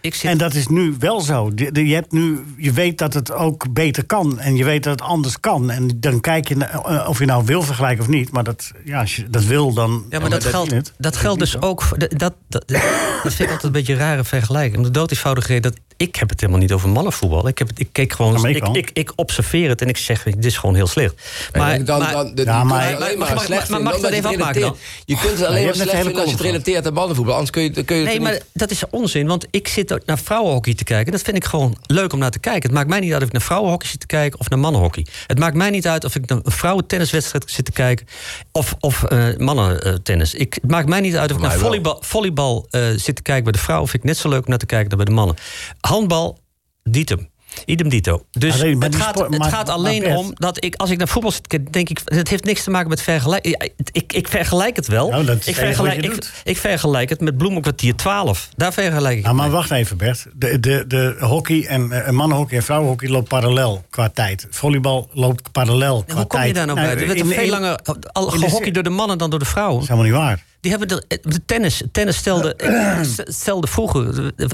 ik zit- En dat is nu wel zo. Je, je hebt nu, je weet dat het ook beter kan. En je weet dat het anders kan. En dan kijk je na- eh, of je nou wil vergelijken of niet. Maar dat, ja, als je dat wil, dan. Ja, maar, dat, geldt, niet. dat geldt dus ook. voor- Dat, dat, dat, dat vind ik altijd een beetje een rare vergelijking. Om de dood eenvoudige reden dat ik heb het helemaal niet over mannenvoetbal. Ik, heb het, ik keek Ja, gewoon. maar ik ik, wel. ik, ik observeer het en ik zeg: dit is gewoon heel slecht. Maar, dan, maar- dan, de, Ja, maar- je kunt het alleen Maar- maar- slecht maar- maar mag ik vinden dat even omdat je het afmaken dan? relateert. Je kunt het je alleen maar hebt net slecht de hele vinden als je het column relateert aan mannenvoetbal. Anders kun je, dan kun je het Nee, er maar niet... dat is onzin. Want ik zit ook naar vrouwenhockey te kijken. Dat vind ik gewoon leuk om naar te kijken. Het maakt mij niet uit of ik naar vrouwenhockey zit te kijken of naar mannenhockey. Het maakt mij niet uit of ik naar een vrouwentenniswedstrijd zit te kijken of, of eh, mannentennis. Ik, het maakt mij niet uit of ik naar mij wel. volleybal, volleybal eh, zit te kijken bij de vrouwen. Vind ik net zo leuk om naar te kijken dan bij de mannen. Handbal, dietem. Idem dito. Dus Alleen, maar het, die gaat, sport- het maar- gaat maar alleen Bert- om dat ik, als ik naar voetbal zit, te kijken, denk ik, het heeft niks te maken met vergelijken. Ik, ik, ik vergelijk het wel. Nou, dat is ik, het enige wat je vergelijk, ik, doet. ik vergelijk het met bloemenkwartier 12. Daar vergelijk ik Nou, het maar mee. wacht even, Bert. De, de, de hockey en eh, mannenhockey en vrouwenhockey loopt parallel qua tijd. Volleybal loopt parallel qua Hoe kom je tijd. daar nou bij? Er werd in- toch veel in- langer al in de gehockeyd se- door de mannen dan door de vrouwen. Dat is helemaal niet waar. Die hebben de, eh, de tennis. Tennis stelde, eh, stelde vroeger. eh,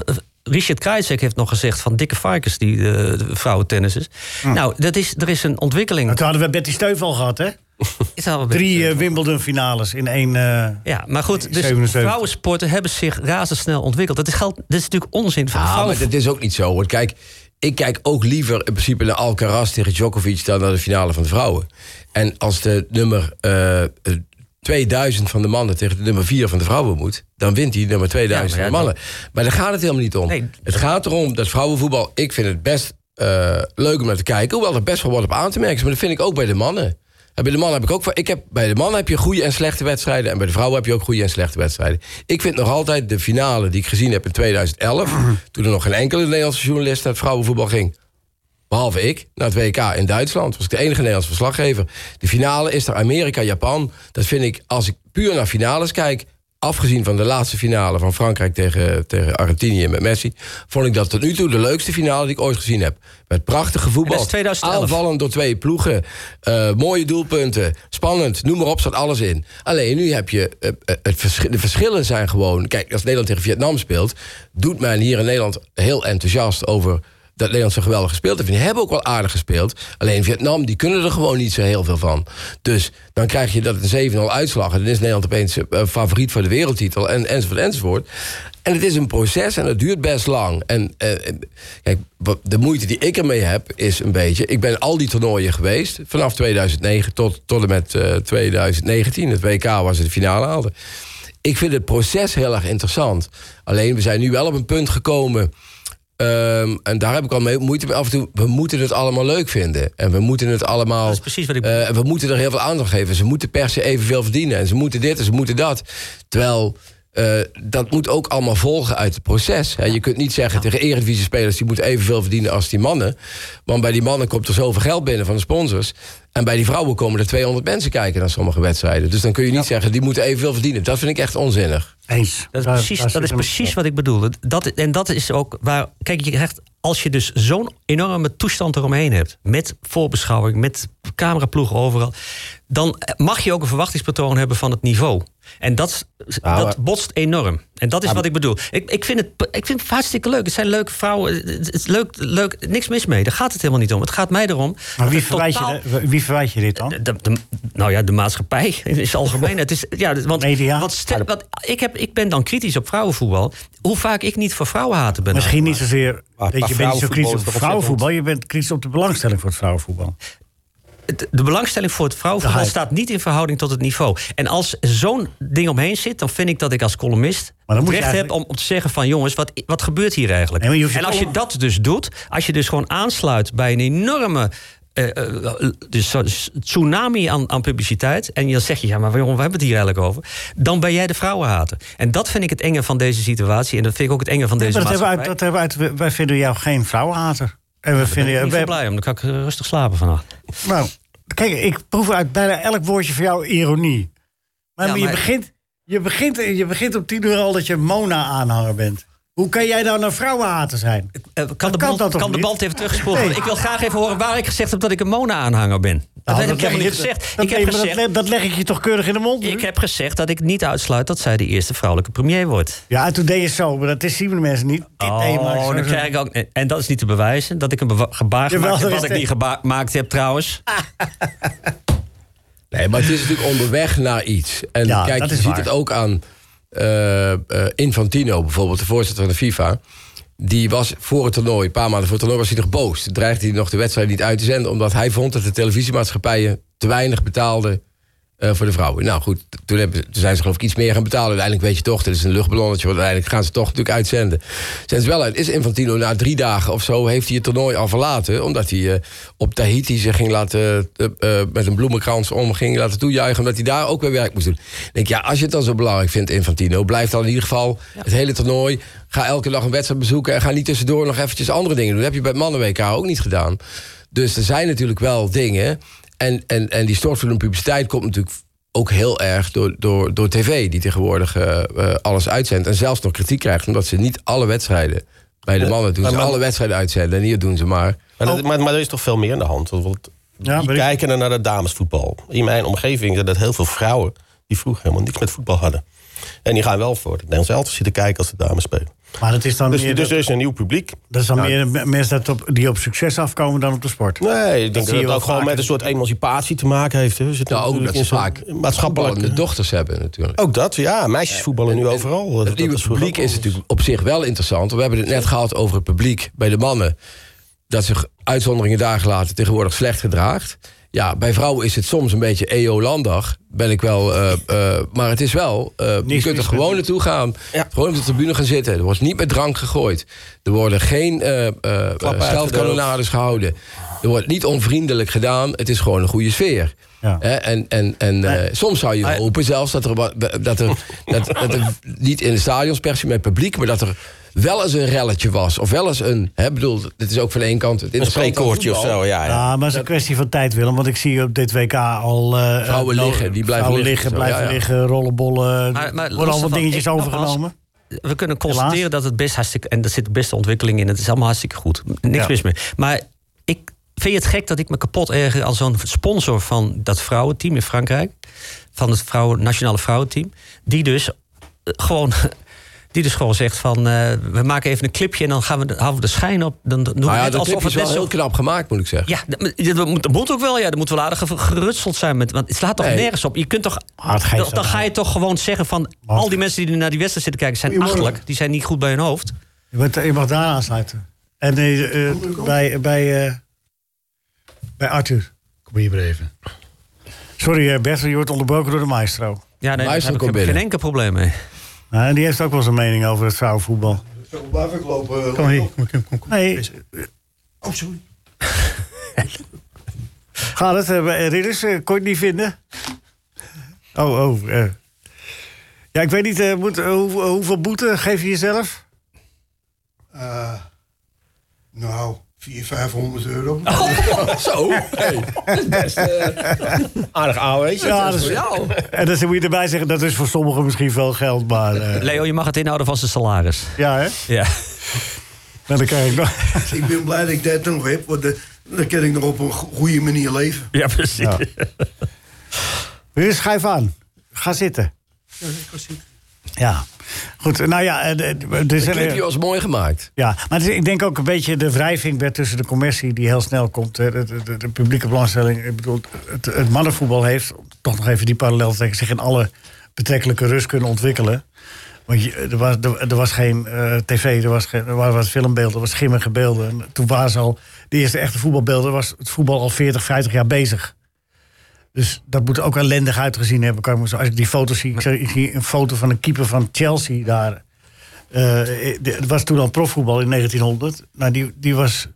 Richard Krajicek heeft nog gezegd van dikke varkens die eh, de vrouwentennis is. Nou, dat is, er is een Nou, ontwikkeling. toen hadden we Betty Steuvel gehad, hè? Is daar wel bij- Drie eh, Wimbledon-finales in één... eh, Ja, maar goed, dus 77. vrouwensporten hebben zich razendsnel ontwikkeld. Dat is, geld, dat is natuurlijk onzin. Van Ah, vrouwen, maar dat is ook niet zo. hoor. Kijk, ik kijk ook liever in principe naar Alcaraz tegen Djokovic... dan naar de finale van de vrouwen. En als de nummer eh, eh, 2000 van de mannen tegen de nummer 4 van de vrouwen moet... dan wint die nummer 2000 Ja, van maar ja, de mannen. Maar daar gaat het helemaal niet om. Nee. Het gaat erom dat vrouwenvoetbal... ik vind het best eh, leuk om naar te kijken... hoewel er best wel wat op aan te merken is. Maar dat vind ik ook bij de mannen. En Bij de mannen heb ik ook. Ik heb, bij de mannen heb je goede en slechte wedstrijden. En bij de vrouwen heb je ook goede en slechte wedstrijden. Ik vind nog altijd de finale die ik gezien heb in 2011. [CLEARS THROAT] toen er nog geen enkele Nederlandse journalist naar het vrouwenvoetbal ging. Behalve ik, naar het WK in Duitsland. Was ik de enige Nederlandse verslaggever. De finale is er Amerika-Japan. Dat vind ik, als ik puur naar finales kijk. Afgezien van de laatste finale van Frankrijk tegen, tegen Argentinië met Messi. Vond ik dat tot nu toe de leukste finale die ik ooit gezien heb. Met prachtige voetbal. En dat is 2011. Aanvallend door twee ploegen. eh, mooie doelpunten. Spannend. Noem maar op, staat alles in. Alleen nu heb je. eh, eh, het verschil, de verschillen zijn gewoon. Kijk, als Nederland tegen Vietnam speelt. doet men hier in Nederland heel enthousiast over dat Nederland zo geweldig gespeeld heeft. En die hebben ook wel aardig gespeeld. Alleen Vietnam, die kunnen er gewoon niet zo heel veel van. Dus dan krijg je dat een 7-0 uitslag. En dan is Nederland opeens eh, favoriet voor de wereldtitel. En, enzovoort, enzovoort. En het is een proces en het duurt best lang. En eh, eh, kijk, wat- de moeite die ik ermee heb, is een beetje... Ik ben al die toernooien geweest. Vanaf 2009 tot, tot en met eh, 2019. Het WK was het finale haalde. Ik vind het proces heel erg interessant. Alleen, we zijn nu wel op een punt gekomen... Ehm, en daar heb ik al mee moeite mee. Af en toe, we moeten het allemaal leuk vinden. En we moeten het allemaal. Dat is precies wat ik eh, we moeten er heel veel aandacht geven. Ze moeten per se evenveel verdienen. En ze moeten dit en ze moeten dat. Terwijl. eh, dat moet ook allemaal volgen uit het proces. Hè. Je kunt niet zeggen tegen Eredivisie-spelers... die moeten evenveel verdienen als die mannen. Want bij die mannen komt er zoveel geld binnen van de sponsors. En bij die vrouwen komen er 200 mensen kijken... naar sommige wedstrijden. Dus dan kun je niet zeggen... die moeten evenveel verdienen. Dat vind ik echt onzinnig. Eens. Dat is Daar- precies, daar dat zit is hem. precies wat ik bedoel. Dat, en dat is ook waar. Kijk, je krijgt, als je dus zo'n enorme toestand eromheen hebt. met voorbeschouwing, met cameraploegen overal. dan eh, mag je ook een verwachtingspatroon hebben van het niveau. En dat, Nou, eh, dat botst enorm. En dat is wat ik bedoel. Ik, ik, vind het, ik vind het hartstikke leuk. Het zijn leuke vrouwen. Het het is leuk, leuk, niks mis mee. Daar gaat het helemaal niet om. Het gaat mij erom. Maar dat wie het verwijt, totaal- je, wie verwijt je dit dan? de, de- de- nou ja, de maatschappij [LAUGHS] in zijn algemeen. Het is, ja, want, Media. Want, stel- want ik, heb, ik ben dan kritisch op vrouwenvoetbal. Hoe vaak ik niet voor vrouwenhaten ben. Misschien niet zozeer Maar- dat maar je bent niet zo kritisch op vrouwenvoetbal is toch vrouwenvoetbal. Je bent kritisch op de belangstelling voor het vrouwenvoetbal. Het- De belangstelling voor het vrouwenvoetbal De hype. staat niet in verhouding tot het niveau. En als zo'n ding omheen zit, dan vind ik dat ik als columnist moet je het recht heb eigenlijk- om, om te zeggen van jongens, wat, wat gebeurt hier eigenlijk? Nee, maar je hoeft je en als je column- dat dus doet, als je dus gewoon aansluit bij een enorme eh, eh, dus zo- tsunami aan, aan publiciteit. En dan zeg je, ja, maar waarom we hebben het hier eigenlijk over? Dan ben jij de vrouwenhater. En dat vind ik het enge van deze situatie. En dat vind ik ook het enge van deze Maar dat hebben we maatschappij. uit, dat hebben we uit, wij- wij vinden jou geen vrouwenhater. En we Daar ben vinden ik je. niet zo wij- blij om. Dan kan ik eh, rustig slapen vannacht. Nou, kijk, ik proef uit bijna elk woordje van jou ironie. Maar, Ja, je, maar- begint, je, begint, je begint op tien uur al dat je Mona-aanhanger bent. Hoe kan jij nou een vrouwenhater zijn? Eh, kan de kan band, dat toch kan de niet? band even teruggespoeld worden? Nee. Nou, Ik wil graag even horen waar ik gezegd heb dat ik een Mona-aanhanger ben. dat heb ik leg helemaal niet je- gezegd. dat- Ik heb nee, maar dat gezegd, le- Dat leg ik je toch keurig in de mond? nu? ik heb gezegd dat ik niet uitsluit dat zij de eerste vrouwelijke premier wordt. Ja, en toen deed je zo, maar dat is zien de mensen niet. Dit deed je maar Oh, zo, dan zo. krijg ik ook. En dat is niet te bewijzen. Dat ik een bewa- gebaar Jawel, gemaakt heb. dat is Wat ik de- niet geba- gemaakt heb trouwens. Nee, maar het is natuurlijk onderweg naar iets. En Ja, kijk, dat je is ziet waar. het ook aan eh, eh, Infantino bijvoorbeeld, de voorzitter van de FIFA. Die was voor het toernooi, een paar maanden voor het toernooi, was hij nog boos. Toen Dreigde hij nog de wedstrijd niet uit te zenden, omdat hij vond dat de televisiemaatschappijen te weinig betaalden eh, voor de vrouwen. Nou goed, toen, hebben, toen zijn ze geloof ik iets meer gaan betalen. Uiteindelijk weet je toch, dit is een luchtballonnetje, want uiteindelijk gaan ze toch natuurlijk uitzenden. Zijn ze wel uit. Is Infantino na drie dagen of zo, heeft hij het toernooi al verlaten, omdat hij eh, op Tahiti zich ging laten, eh, eh, met een bloemenkrans om, ging laten toejuichen, omdat hij daar ook weer werk moest doen. Ik denk, ja, als je het dan zo belangrijk vindt, Infantino, blijf dan in ieder geval het hele toernooi, ga elke dag een wedstrijd bezoeken en ga niet tussendoor nog eventjes andere dingen doen. Dat heb je bij het mannen-WK ook niet gedaan. Dus er zijn natuurlijk wel dingen. En, en, en die stortvloed aan publiciteit komt natuurlijk ook heel erg door, door, door tv, die tegenwoordig eh, eh, alles uitzendt. En zelfs nog kritiek krijgt, omdat ze niet alle wedstrijden bij de mannen doen. Ze maar- alle wedstrijden uitzenden en hier doen ze maar. Maar, dat- maar, maar er is toch veel meer aan de hand. Want- Want Ja, die weet ik. kijken er naar het damesvoetbal. In mijn omgeving zijn dat heel veel vrouwen... die vroeger helemaal niks met voetbal hadden. En die gaan wel voor het Nederlands elftal zitten kijken als de dames spelen. Maar dat is dan Dus, meer, dus er is een nieuw publiek. dat is dan meer me- mensen dat op, die op succes afkomen dan op de sport. Nou, Nee, zie ik denk dat je het wel ook gewoon vaker. met een soort emancipatie te maken heeft. hè. We zitten Nou, ook natuurlijk omdat ze in zo'n vaak maatschappelijke... de dochters hebben natuurlijk. Ook dat, ja. Meisjes voetballen nu overal. eh, Dat- Het dat nieuwe was vroeger publiek ook is al. natuurlijk op zich wel interessant. We hebben het net gehad over het publiek bij de mannen. Dat zich uitzonderingen daar gelaten tegenwoordig slecht gedraagt. Ja, bij vrouwen is het soms een beetje EO-landig. Ben ik wel. eh, eh, maar het is wel. eh, je mis kunt er met gewoon naartoe gaan. Ja. Gewoon op de tribune gaan zitten. Er wordt niet met drank gegooid. Er worden geen eh eh, Klappen zelfkanonades gehouden. Er wordt niet onvriendelijk gedaan. Het is gewoon een goede sfeer. Ja. Hè, en en, en eh, soms zou je hopen zelfs dat er, wat- dat, er, dat, dat er niet in de stadions per se met publiek... maar dat er wel eens een relletje was. Of wel eens een... Hè, bedoel, dit is ook van de ene kant... Het Een interessante aan spreekkoortje of voetbal. Nou, zo, ja. ja. Ja, maar het is een kwestie van tijd, Willem. Want ik zie op dit WK al... eh, Vrouwen eh, liggen, die blijven vrouwen liggen, zo, blijven ja, ja. liggen, rollenbollen. Maar- maar Er worden al los wat daarvan, dingetjes ik- nogmaals, overgenomen. We kunnen constateren dat het best hartstikke. En er zit de beste ontwikkeling in. Het is allemaal hartstikke goed. Niks Ja. mis mee. Maar ik vind je het gek dat ik me kapot erger aan zo'n sponsor van dat vrouwenteam in Frankrijk. Van het vrouwen, nationale vrouwenteam. Die dus eh, gewoon. [LAUGHS] Die dus gewoon zegt van eh, we maken even een clipje en dan gaan we de, houden we de schijn op. Dan doen we Nou ja, net dat alsof clipje het is wel net zo. heel knap gemaakt, moet ik zeggen. Ja, dat, dat moet, dat moet ook wel. Ja, dat moet wel aardig ge- gerutseld zijn. Met, want het slaat toch Nee. nergens op. Je kunt toch, Maar Ah, het geeft dan, dan wel. ga je toch gewoon zeggen van al die mensen die nu naar die wedstrijd zitten kijken zijn Goedemorgen. achterlijk. Die zijn niet goed bij hun hoofd. Je, bent, je mag daar aansluiten. En eh, eh, bij, bij, eh, bij Arthur. Kom hier maar even. Sorry eh, Bert, je wordt onderbroken door de maestro. Ja, nee, daar Luister, heb kom ik heb ik binnen. geen enkel probleem mee. Nou, en die heeft ook wel zijn mening over het vrouwenvoetbal. Blijf ik lopen. Kom hier, kom, kom, kom. kom. Nee. Oh, sorry. [LAUGHS] Gaat het? eh, bij Ridders, eh, kon je het niet vinden? Oh, oh. eh. Ja, ik weet niet, eh, moet, eh, hoe- hoeveel boete geef je jezelf? Eh, nou, 400, 500 euro. Zo, hey, dat is best, eh, Aardig ouwe, weet je. Ja, dat voor is, jou. en dan moet je erbij zeggen, dat is voor sommigen misschien veel geld, maar... eh, [LAUGHS] Leo, je mag het inhouden van zijn salaris. ja, [LAUGHS] hè? Ja. Nou, dan krijg ik nog... ik ben blij dat ik dat nog heb, want eh, dan kan ik nog op een go- goede manier leven. ja, precies. Ja. Ridders, schuif aan. Ga zitten. Ja, ik was hier. Ja. Goed, nou ja... eh, de- de- er Het zijn- clipje was mooi gemaakt. Ja, maar het is- ik denk ook een beetje de wrijving werd tussen de commercie die heel snel komt. hè, De, de, de publieke belangstelling. Ik bedoel, het, het mannenvoetbal heeft, om toch nog even die parallel te trekken, zich in alle betrekkelijke rust kunnen ontwikkelen. Want je, er, was, er, er was geen eh, tv, er, was geen, er waren wat filmbeelden, er was schimmige beelden. En toen waren ze al, de eerste echte voetbalbeelden, was het voetbal al 40, 50 jaar bezig. Dus dat moet er ook ellendig uitgezien hebben. Kan ik me zo, als ik die foto's zie, ik zie- ik zie een foto van een keeper van Chelsea daar. Eh, eh, Het was toen al profvoetbal in 1900. Nou, die, die, was,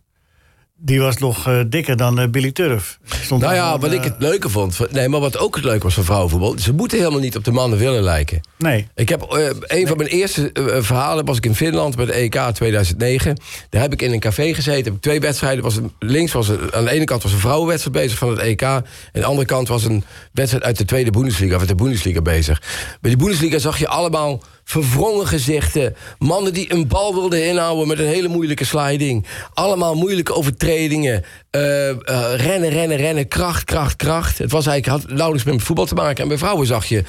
die was nog eh, dikker dan eh, Billy Turf. Stond Nou ja, gewoon, wat eh, ik het leuke vond. van- Nee, maar wat ook het leuke was van vrouwenvoetbal. Ze moeten helemaal niet op de mannen willen lijken. Nee. Ik heb eh, een van mijn eerste eh, eh, verhalen was ik in Finland bij de E EK 2009. Daar heb ik in een café gezeten. Heb ik twee wedstrijden. Was een- links was een- aan de ene kant was een vrouwenwedstrijd bezig van het EK. En aan de andere kant was een wedstrijd uit de tweede Bundesliga of uit de Bundesliga bezig. Bij die Bundesliga zag je allemaal verwrongen gezichten. Mannen die een bal wilden inhouden met een hele moeilijke sliding. Allemaal moeilijke overtredingen. Eh, eh, rennen, rennen, rennen. Kracht, kracht, kracht. Het was eigenlijk, had nauwelijks met voetbal te maken. En bij vrouwen zag je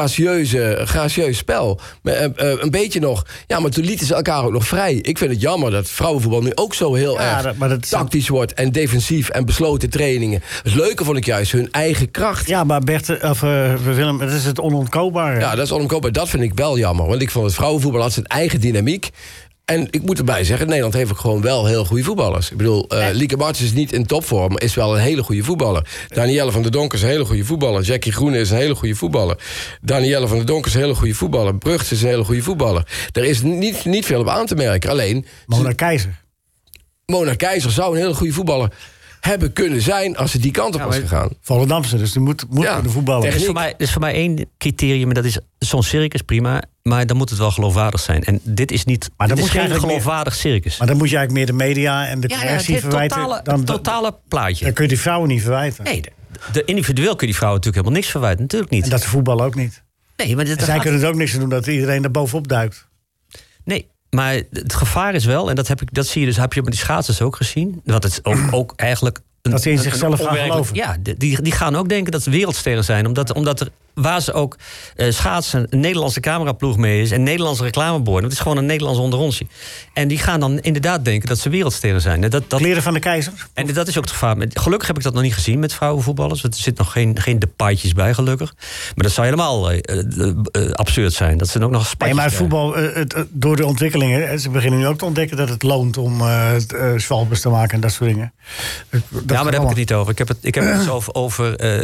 gracieuze, gracieus spel. Maar, eh, eh, een beetje nog. Ja, maar toen lieten ze elkaar ook nog vrij. Ik vind het jammer dat vrouwenvoetbal nu ook zo heel Ja, erg dat- maar dat is- tactisch wordt. En defensief en besloten trainingen. Het leuke vond ik juist hun eigen kracht. Ja, maar Bert, of eh, Willem, het is het onontkoopbare. Ja, dat is onomkoopbaar. Dat vind ik wel jammer. Want ik vond het vrouwenvoetbal had zijn eigen dynamiek. En ik moet erbij zeggen, Nederland heeft ook gewoon wel heel goede voetballers. Ik bedoel, eh Lieke Martens is niet in topvorm, is wel een hele goede voetballer. Danielle van der Donk is een hele goede voetballer. Jackie Groene is een hele goede voetballer. Danielle van der Donk is een hele goede voetballer. Brugts is een hele goede voetballer. Er is niet, niet veel op aan te merken. Alleen, Mona Keizer. Mona Keizer zou een hele goede voetballer hebben kunnen zijn... als ze die kant op was gegaan. Volendamse, dus die moet, moet Ja, kunnen voetballen. Er is, voor mij, er is voor mij één criterium, en dat is zo'n circus prima, maar dan moet het wel geloofwaardig zijn. En dit is niet. Maar dan moet dit is je geen eigenlijk meer- geloofwaardig circus. Maar dan moet je eigenlijk meer de media en de ja, ja, het commercie heeft verwijten. totale, dan, totale plaatje. dan kun je die vrouwen niet verwijten. Nee, de, de- individueel kun je die vrouwen natuurlijk helemaal niks verwijten. Natuurlijk niet. En dat de voetbal ook niet. nee, maar dit- En zij gaat- kunnen er ook niks aan doen dat iedereen er bovenop duikt. Nee, maar het gevaar is wel, en dat, heb ik, dat zie je dus, heb je met die schaatsers ook gezien. Dat het ook, ook eigenlijk. Een, Dat ze in een- een zichzelf gaan onwerkelijk- geloven. Ja, de- die, die gaan ook denken dat ze wereldsterren zijn. Omdat, omdat er, waar ze ook eh, schaatsen, een Nederlandse cameraploeg mee is. En Nederlandse reclameborden. Het is gewoon een Nederlands onder onsje. En die gaan dan inderdaad denken dat ze wereldsterren zijn. En dat, dat, Kleren van de keizer? en dat is ook het gevaar. Met- Gelukkig heb ik dat nog niet gezien met vrouwenvoetballers. Er zit nog geen, geen depaitjes bij, gelukkig. Maar dat zou helemaal eh, eh, eh, absurd zijn. Dat ze dan ook nog Nee, spatjes maar krijgen. voetbal, eh, het, eh, door de ontwikkelingen, eh, ze beginnen nu ook te ontdekken dat het loont om eh t- eh, zwalbes te maken en dat soort dingen. Eh, Dat- dat ja, maar daar heb ik het niet over. Ik heb het, ik heb [CLEARS THROAT] het over, over eh,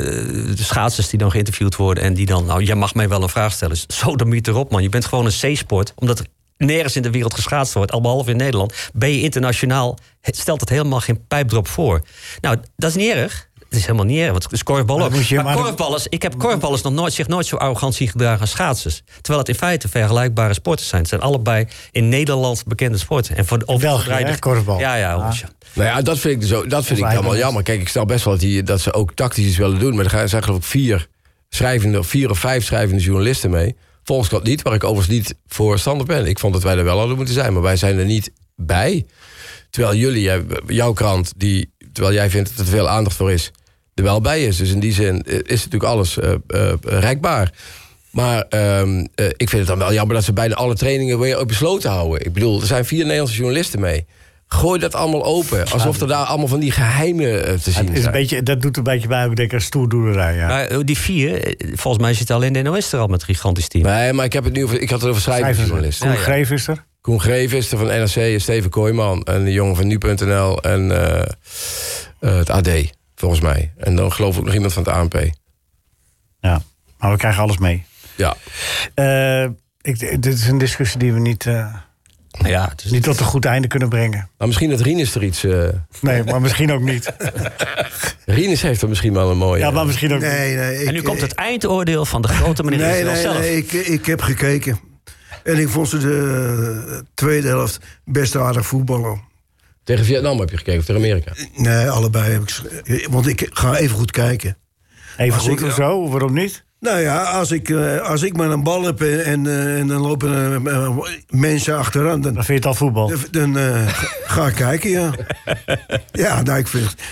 de schaatsers die dan geïnterviewd worden. En die dan, nou, jij mag mij wel een vraag stellen. Zo de mythe erop, man. Je bent gewoon een C-sport. Omdat er nergens in de wereld geschaatst wordt, al behalve in Nederland. Ben je internationaal, het stelt het helemaal geen pijpdrop voor. Nou, dat is niet erg. Het is helemaal niet erg, want het is korfbal Maar ook. dan moet je- maar maar dan- korfballers, ik heb korfballers nog nooit, zich nooit zo arrogant zien gedragen als schaatsers. Terwijl het in feite vergelijkbare sporten zijn. Het zijn allebei in Nederland bekende sporten. En voor de België, overgedraaide- hè, korfbal. Ah. Ja, ja, Ja. ja. Nou ja, dat vind ik, dus ook, dat vind ik eigenlijk helemaal niet. jammer. Kijk, ik snap best wel dat, die, dat ze ook tactisch iets willen doen. Maar er gaan- zijn geloof ik vier, schrijvende, vier of vijf schrijvende journalisten mee. Volkskrant niet, waar ik overigens niet voorstander ben. Ik vond dat wij er wel hadden moeten zijn, maar wij zijn er niet bij. Terwijl jullie, jij- jouw krant, die, terwijl jij vindt dat er veel aandacht voor is, er wel bij is. Dus in die zin eh, is natuurlijk alles eh eh, reikbaar. Maar ehm, eh, ik vind het dan wel jammer dat ze bijna alle trainingen weer ook besloten houden. Ik bedoel, er zijn vier Nederlandse journalisten mee. Gooi dat allemaal open. Alsof er daar allemaal van die geheimen eh, te zien Het is een zijn. beetje, dat doet een beetje bij, ook denk ik, aan stoerdoenerij. Ja. Maar eh, die vier, eh, volgens mij zit alleen de NOS er al met een gigantisch team. Nee, maar ik, heb het nu over, ik had het over Schrijvers, schrijversjournalisten. Koen ja. Greef is er. Koen Grevis er van NRC, Steven Kooijman en de jongen van nu.nl en eh, eh, het AD, volgens mij. En dan geloof ik nog iemand van het ANP. Ja. Maar we krijgen alles mee. Ja. Eh, ik, dit is een discussie die we niet, eh, Nou Ja, het is- niet tot een goed einde kunnen brengen. Nou, misschien dat Rinus er iets... eh [LAUGHS] Nee, maar misschien ook niet. Rinus heeft er misschien wel een mooie... eh, Ja, maar misschien ook niet. Nee, nee. Ik, eh, en nu komt het eindoordeel van de grote meneer nee, Israël nee, zelf. nee, ik, ik heb gekeken. En ik vond ze de eh, tweede helft best aardig voetballen. Tegen Vietnam heb je gekeken, of tegen Amerika. Nee, allebei heb ik. ze- eh, Want ik ga even goed kijken. Even Als goed ik- of zo, waarom niet? Nou ja, als ik, eh, als ik maar een bal heb en, en, eh, en dan lopen eh, eh, mensen achteraan, dan, Dan vind je het al voetbal. dan eh, ga ik kijken, ja. ja, nou, ik vind het...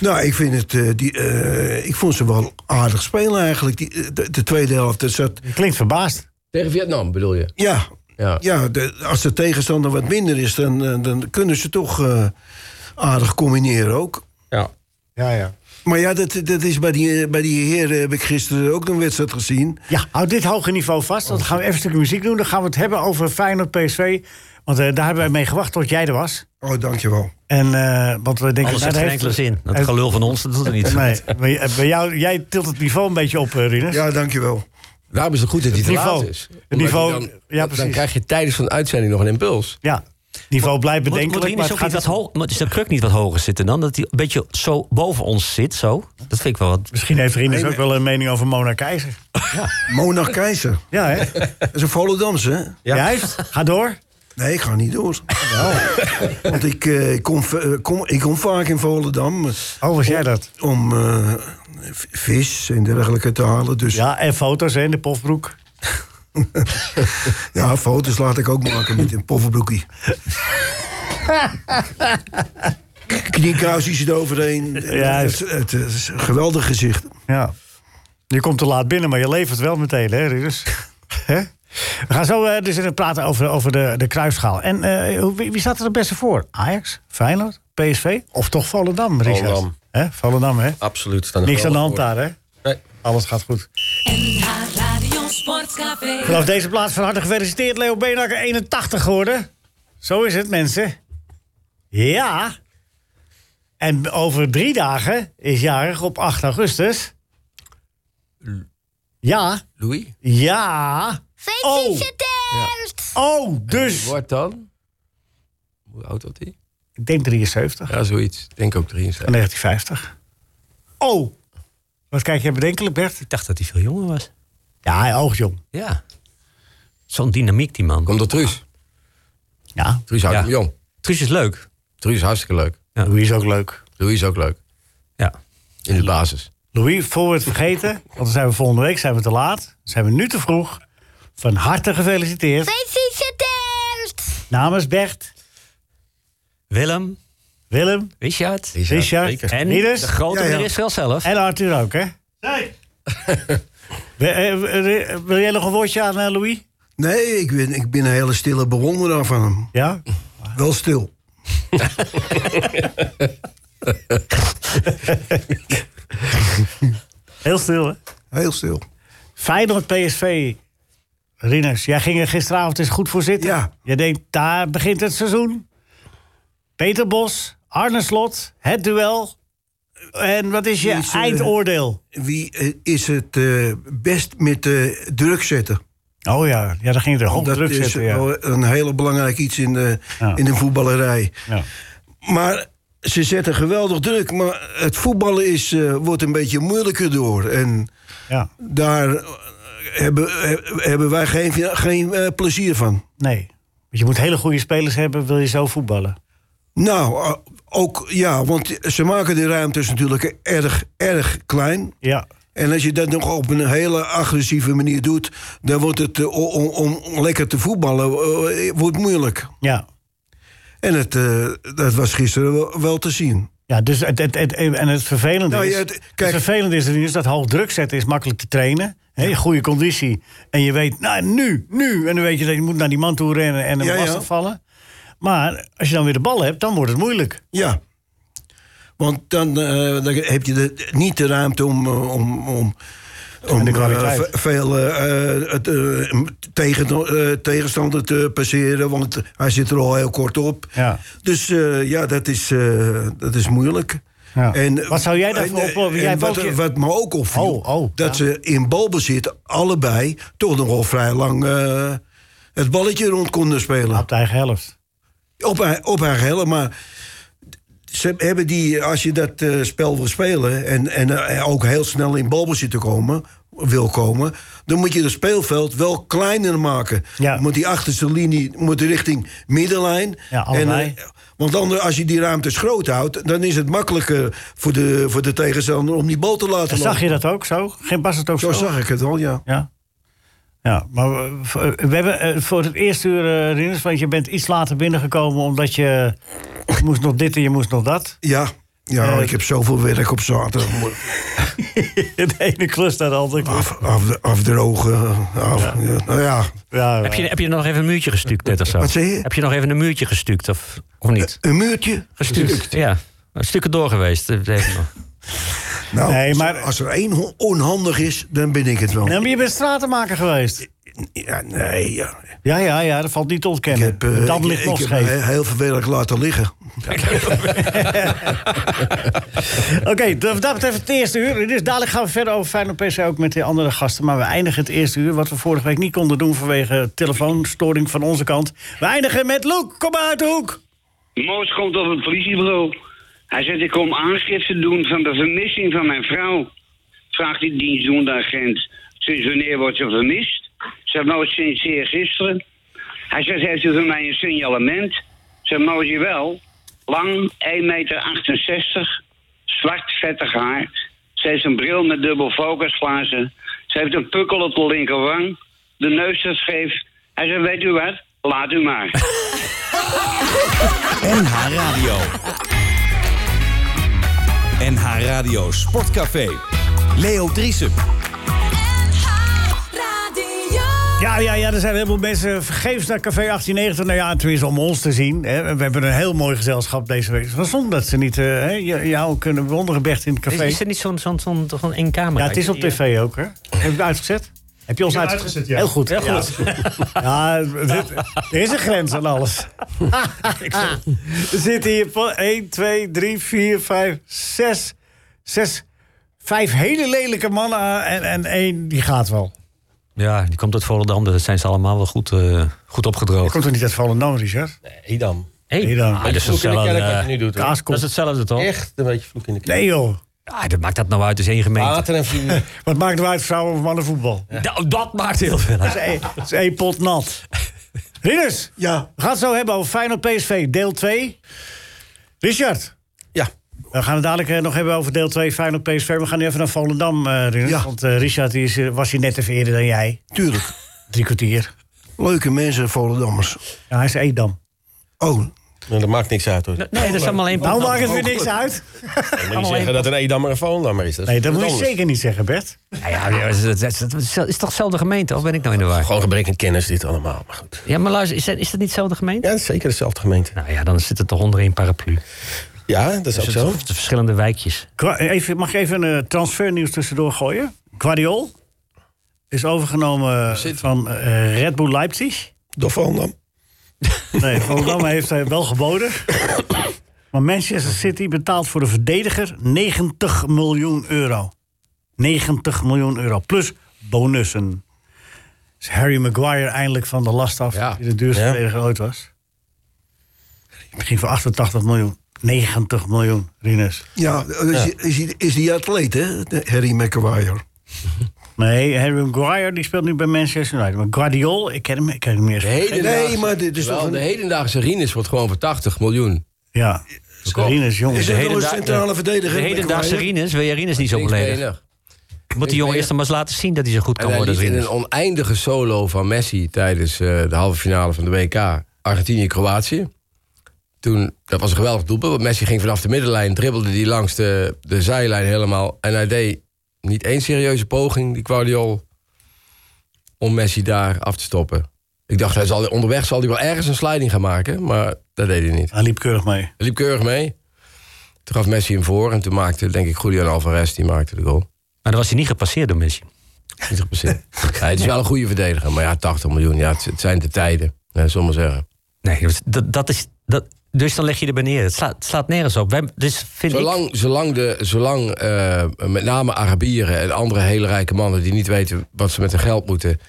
Nou, ik vind het... eh, die, eh, ik vond ze wel aardig spelen eigenlijk. Die, eh, de, de tweede helft, dat zat... Je klinkt verbaasd. Tegen Vietnam bedoel je? Ja, Ja. ja de- als de tegenstander wat minder is, dan, eh, dan kunnen ze toch eh, aardig combineren ook. ja. Ja, ja. Maar ja, dat, dat is bij die, eh, bij die heren heb ik gisteren ook een wedstrijd gezien. Ja, houd dit hoge niveau vast. Dan gaan we even een stukje muziek doen. Dan gaan we het hebben over Feyenoord PSV. Want eh, daar hebben wij mee gewacht tot jij er was. Oh, dankjewel. En, eh, want we denken, Alles nou, heeft dat geen heeft- enkele zin. Dat heeft- gelul van ons, dat doet er niet. Nee, bij, bij jou, jij tilt het niveau een beetje op, eh, Rinus. Ja, dankjewel. Daarom is het goed dat hij te niveau. laat is. Het niveau- Omdat je ja, Dan precies. krijg je tijdens van de uitzending nog een impuls. Ja, niveau blijft Moet, moet bedenkelijk. Rinus ook maar niet het wat gaat hoog, moet is de kruk niet wat hoger zitten dan? Dat hij een beetje zo boven ons zit, zo? Dat vind ik wel wat... Misschien heeft Rinus ook wel een mening over Mona Keizer. Mona Keizer. Ja, [LAUGHS] hè? Dat is een Volendamse, hè? Juist, ga door. Nee, ik ga niet door. Want ik, eh, ik kom, v- eh, kom, ik kom vaak in Volendam eh, Oh, was jij dat? om eh, v- vis en dergelijke te halen. Dus Ja, en foto's hè, in de pofbroek. [LAUGHS] ja, foto's laat ik ook maken met een pofferbroekie. Kniekruisjes eroverheen. Ja, het, het, het is een geweldig gezicht. Ja. Je komt te laat binnen, maar je levert wel meteen, hè? Dus, hè? We gaan zo eh, dus even praten over, over de, de kruisschaal. En eh, hoe- wie, wie staat er het beste voor? Ajax? Feyenoord? PSV? Of toch Volendam, Richard? Volendam. Hè? Volendam, hè? Absoluut. staan er Niks aan de wel hand voor. daar, hè? Nee. Alles gaat goed. NH Radio Sportcafé. Vanaf deze plaats van harte gefeliciteerd. Leo Beenhakker, 81 geworden. Zo is het, mensen. Ja. En over drie dagen is jarig op 8 augustus. Ja. Louis? Ja. Oh, oh dus. Wordt dan? Hoe oud was hij? Ik denk 73. Ja, zoiets. Ik Denk ook 73. Van 1950. Oh. Wat kijk jij bedenkelijk, Bert? Ik dacht dat hij veel jonger was. Ja, hij oogt jong. Ja. Zo'n dynamiek, die man. Komt door Truus. Ja. Truus houdt Ja. hem jong. Truus is leuk. Truus is hartstikke leuk. Ja. Louis is ook leuk. Louis is ook leuk. Ja. In de basis. Louis, voor we het vergeten, want dan zijn we volgende week zijn we te laat. Zijn we nu te vroeg. Van harte gefeliciteerd. Gefeliciteerd! Namens Bert, Willem, Willem, Richard Richard, zeker. en Nidus de grote Ja, ja. meneer Israël zelf. en Arthur ook, hè? Nee! Wil jij nog een woordje aan eh, Louis? Nee, ik ben, ik ben een hele stille bewonderaar van hem. Ja? Wel stil. Heel stil, hè? Heel stil. Feyenoord PSV. Rinus, jij ging er gisteravond eens goed voor zitten. Ja. Je denkt, daar begint het seizoen. Peter Bos, Arne Slot, het duel. En wat is je Wie is, eh, eindoordeel? Wie eh, is het eh, best met eh, druk zetten? Oh ja, ja daar ging het hoog dat druk is Oh. zetten. Ja. wel een hele belangrijk iets in de, Ja. in de voetballerij. Ja. Maar ze zetten geweldig druk. Maar het voetballen is, eh, wordt een beetje moeilijker door. En Ja. daar eh, hebben, he- hebben wij geen, geen eh, plezier van. Nee. Want je moet hele goede spelers hebben, wil je zo voetballen. Nou, eh, ook ja, want ze maken de ruimtes natuurlijk erg, erg klein. Ja. En als je dat nog op een hele agressieve manier doet, dan wordt het eh, o- om, om, lekker te voetballen eh, wordt moeilijk. Ja. En het, eh, dat was gisteren wel, wel te zien. Ja, dus het, het, het- en het vervelende Nou, is... ja, het- het, kijk- vervelende is er nu is dat hoog druk zetten is makkelijk te trainen. Hè, goede conditie. En je weet, nou, nu, nu. En dan weet je dat je moet naar die man toe rennen en hem Ja, ja. lastig vallen. Maar als je dan weer de bal hebt, dan wordt het moeilijk. Ja. Want dan, eh, dan heb je de, niet de ruimte om, eh, om, om, om de eh, kwaliteit. ve- veel eh, eh, het, eh, tegen, eh, tegenstander te passeren. Want hij zit er al heel kort op. Ja. Dus eh, ja, dat is, eh, dat is moeilijk. Ja. Wat zou jij daarvoor en- eh, oplopen? en Jij hebt wat, ook je- wat me ook opviel, Oh, oh, dat ze in balbezit allebei toch nog wel vrij lang eh, het balletje rond konden spelen. Op de eigen helft. Op, haar- op haar helm, maar ze hebben die, als je dat eh, spel wil spelen en, en eh, ook heel snel in balbezit te komen, wil komen, dan moet je het speelveld wel kleiner maken. Ja. Moet die achterste linie moet richting middenlijn. Ja, allebei. eh, want anders, als je die ruimtes groot houdt, dan is het makkelijker voor de, voor de tegenstander om die bal te laten Zag je lopen. dat ook zo? Geen pas het ook zo? Zo zag ik het al, ja. Ja. Ja, maar we, we hebben eh, voor het eerste uur, eh Rinus, want je bent iets later binnengekomen omdat je [COUGHS] moest nog dit en je moest nog dat. [LAUGHS] Ja, Eh, ja ik heb zoveel werk op zaterdag. De ene klus naar de andere klus. Af, af, afdrogen. Af, ja. Nou ja, Ja, Heb je, heb je nog even een muurtje gestuukt net of zo? Wat zei je? Heb je nog even een muurtje gestuukt of, of niet? een muurtje. Gestuukt, ja. Een stukje door geweest. dat weet ik nog. Nou, Nee, maar- als er één ho- onhandig is, dan ben ik het wel. Nee, maar je bent stratenmaker geweest. Ja, nee, ja. Ja, ja, ja, dat valt niet te Ik ontkennen. heb, eh, dat ik- ligt ik nog heb scheef. he- heel veel werk laten liggen. eh, Oké, dat dat betreft het eerste uur. Dus dadelijk gaan we verder over Feyenoord PC ook met de andere gasten. Maar we eindigen het eerste uur, wat we vorige week niet konden doen... vanwege telefoonstoring van onze kant. We eindigen met Loek, kom maar uit de hoek. Moos komt op het politiebureau. Hij zegt, ik kom aangifte doen van de vermissing van mijn vrouw. Vraagt die dienstdoende agent, sinds wanneer wordt ze vermist? Zegt nou, sinds gisteren. Hij zegt, heeft u van mij een signalement? Zegt nou, je wel. Lang, 1,68 meter, zwart vettig haar. Ze heeft een bril met dubbel focusglazen. Ze heeft een pukkel op de linkerwang. de neusarts geeft. Hij zei, weet u wat? Laat u maar. NH Radio. NH Radio Sportcafé. Leo Driesen. Ja, ja, ja, er zijn heel veel mensen vergeefs naar Café 1890. Nou ja, tenminste om ons te zien. Hè. We hebben een heel mooi gezelschap deze week. Het was zonde dat ze niet eh, hè, j- jou kunnen bewonderen, Bert, in het café. Is, is er niet zo'n zo'n zo'n zo'n één camera? Ja, het is op tv ook, hè? Heb je het uitgezet? Heb je ons Ik heb uitgezet? uitgezet, ja. Heel goed. Heel ja. goed. [LAUGHS] Ja, dit- er is een grens aan alles. [LAUGHS] er zitten hier 1, 2, 3, 4, 5, 6, 6, 5 hele lelijke mannen eh, en, en één die gaat wel. Ja, die komt uit Volendam. dus Dat zijn ze allemaal wel goed, eh, goed opgedroogd. Dat komt toch niet uit Volendam, Richard? Nee, dan. Hey. Edam. dat is Vloek in de hetzelfde. kerk wat eh, je nu doet, hoor. Dat is hetzelfde, toch? Echt een beetje vloek in de kerk. Nee joh, Ah, dat maakt dat nou uit, het is één gemeente. Water en vuur. wat maakt nou uit vrouwen of mannen voetbal? [LAUGHS] Nou, dat maakt heel veel Dat uit. is één- dat is één pot [LAUGHS] nat. Rinus, Ja. we gaan het zo hebben over Feyenoord PSV, deel 2. Richard. Ja. We gaan het dadelijk eh, nog hebben over deel 2, Feyenoord PSV. We gaan nu even naar Volendam, eh Rinus. Ja. Want eh, Richard die is, eh, was hier net even eerder dan jij. Tuurlijk. Drie kwartier. Leuke mensen, Volendammers. Ja, hij is Edam. Oh, Nou, dat maakt niks uit hoor. Nee, dat is allemaal één pot. Nou maakt het weer Oh, niks uit. Dan moet je zeggen dat een Edammer een Volendammer is. Dat is Nee, dat wat moet je anders. zeker niet zeggen, Bert. Nou ja, ja, het is, het is- het is- het is toch dezelfde gemeente, of ben ik nou in de war? Gewoon gebrek aan kennis dit allemaal, maar goed. Ja, maar luister, is dat, is dat niet dezelfde gemeente? Ja, dat is zeker dezelfde gemeente. Nou ja, dan zit het toch onder één paraplu. Ja, dat is ook Dus zo. het- de verschillende wijkjes. Kwa- Even, mag ik even een eh, transfernieuws tussendoor gooien? Guardiol is overgenomen eh, van eh, Red Bull Leipzig. Door Volendam. Nee, Volendam heeft hij wel geboden. Maar Manchester City betaalt voor de verdediger 90 miljoen euro. 90 miljoen euro. Plus bonussen. Is Harry Maguire eindelijk van de last af. Ja. Die de duurste Ja. verdediger ooit was. Misschien voor 88 miljoen. 90 miljoen, Rinus. ja. Is, is, die- is die atleet, hè? Harry McAwire. Nee, Harry Maguire die speelt nu bij Manchester United. Maar Guardiol, ik ken hem, ik ken hem niet De eens. hedendaagse, Nee, maar dit is wel, toch een- de hedendaagse Rinus wordt gewoon voor 80 miljoen. Ja, Rinus, jongens. Is dat wel een hedendaag- centrale De verdediger? hedendaagse McAwire? Rinus, wil je Rinus niet zo beledigen? Linksbenig. Moet die jongen eerst maar eens laten zien dat hij zo goed En kan hij worden liet als in Rinus. een oneindige solo van Messi tijdens eh, de halve finale van de WK Argentinië-Kroatië. Toen, dat was een geweldig doelpunt, want Messi ging vanaf de middenlijn, dribbelde die langs de, de zijlijn helemaal. En hij deed niet één serieuze poging, die Guardiol, om Messi daar af te stoppen. Ik dacht, hij zal, onderweg zal hij wel ergens een sliding gaan maken, maar dat deed hij niet. Hij liep keurig mee. Hij liep keurig mee. Toen gaf Messi hem voor en toen maakte, denk ik, Julian Alvarez, die maakte de goal. Maar dan was hij niet gepasseerd door Messi. Niet gepasseerd. Ja, het is wel een goede verdediger, maar ja, 80 miljoen. Ja, het, het zijn de tijden, hè, sommigen zeggen. Nee, dat, dat is... Dat, dus dan leg je er beneden. Het slaat, het slaat nergens op. Wij, dus vind ik... Zolang, zolang, de, zolang eh, met name Arabieren en andere hele rijke mannen... die niet weten wat ze met hun geld moeten...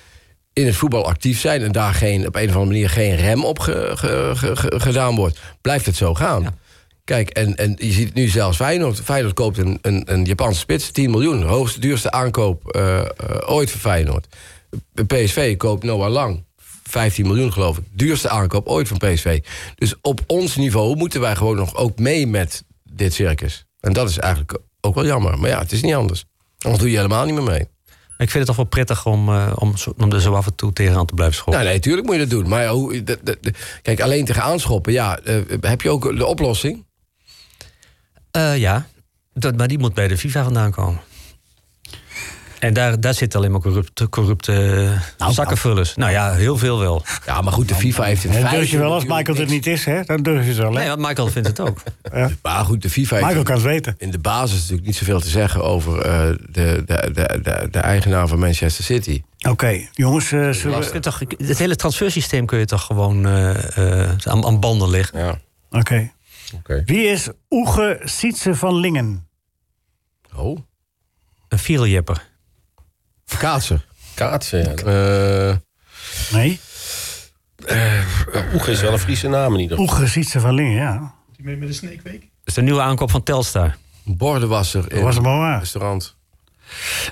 in het voetbal actief zijn en daar geen, op een of andere manier... geen rem op ge- ge- ge- ge- gedaan wordt, blijft het zo gaan. Kijk, en, en je ziet nu zelfs Feyenoord. Feyenoord koopt een, een, een Japanse spits, 10 miljoen. De hoogste, duurste aankoop eh, eh, ooit voor Feyenoord. PSV koopt Noah Lang. 15 miljoen geloof ik. Duurste aankoop ooit van PSV. Dus op ons niveau moeten wij gewoon nog ook mee met dit circus. En dat is eigenlijk ook wel jammer. Maar ja, het is niet anders. Anders doe je helemaal niet meer mee. Ik vind het toch wel prettig om, eh, om, zo- om er zo af en toe tegenaan te blijven schoppen. Nou, nee, tuurlijk moet je dat doen. Maar oh, ja, hoe, dat- dat- dat- kijk, alleen tegen aanschoppen, ja, eh, heb je ook de oplossing? Eh, ja, dat, maar die moet bij de FIFA vandaan komen. En daar, daar zitten alleen maar corrupte, corrupte eh, zakkenvullers. Nou ja, heel veel wel. Ja, maar goed, de FIFA heeft in En dat feite durf je wel als natuurlijk Michael er niks. niet is, hè? Dan durf je het wel, hè? Nee, want Michael vindt het ook. Maar goed, de FIFA heeft Michael kan het weten. in de basis natuurlijk niet zoveel te zeggen over eh, de, de, de, de, de eigenaar van Manchester City. Oké, jongens, eh, zullen Je we... kunt toch, [LAUGHS] het hele transfersysteem kun je toch gewoon eh, eh, aan, aan banden leggen. Ja, Oké. oké. Wie is Oege Sietse van Lingen? Oh. Een viereljepper. Kaatser. Kaatsen, ja. Eh, Nee? Oeg is wel een Friese naam in ieder geval. Oege Sietse van Lingen, ja. Die mee met de sneekweek. Dat is de nieuwe aankoop van Telstar. bordenwasser in Dat was hem al een waar. restaurant.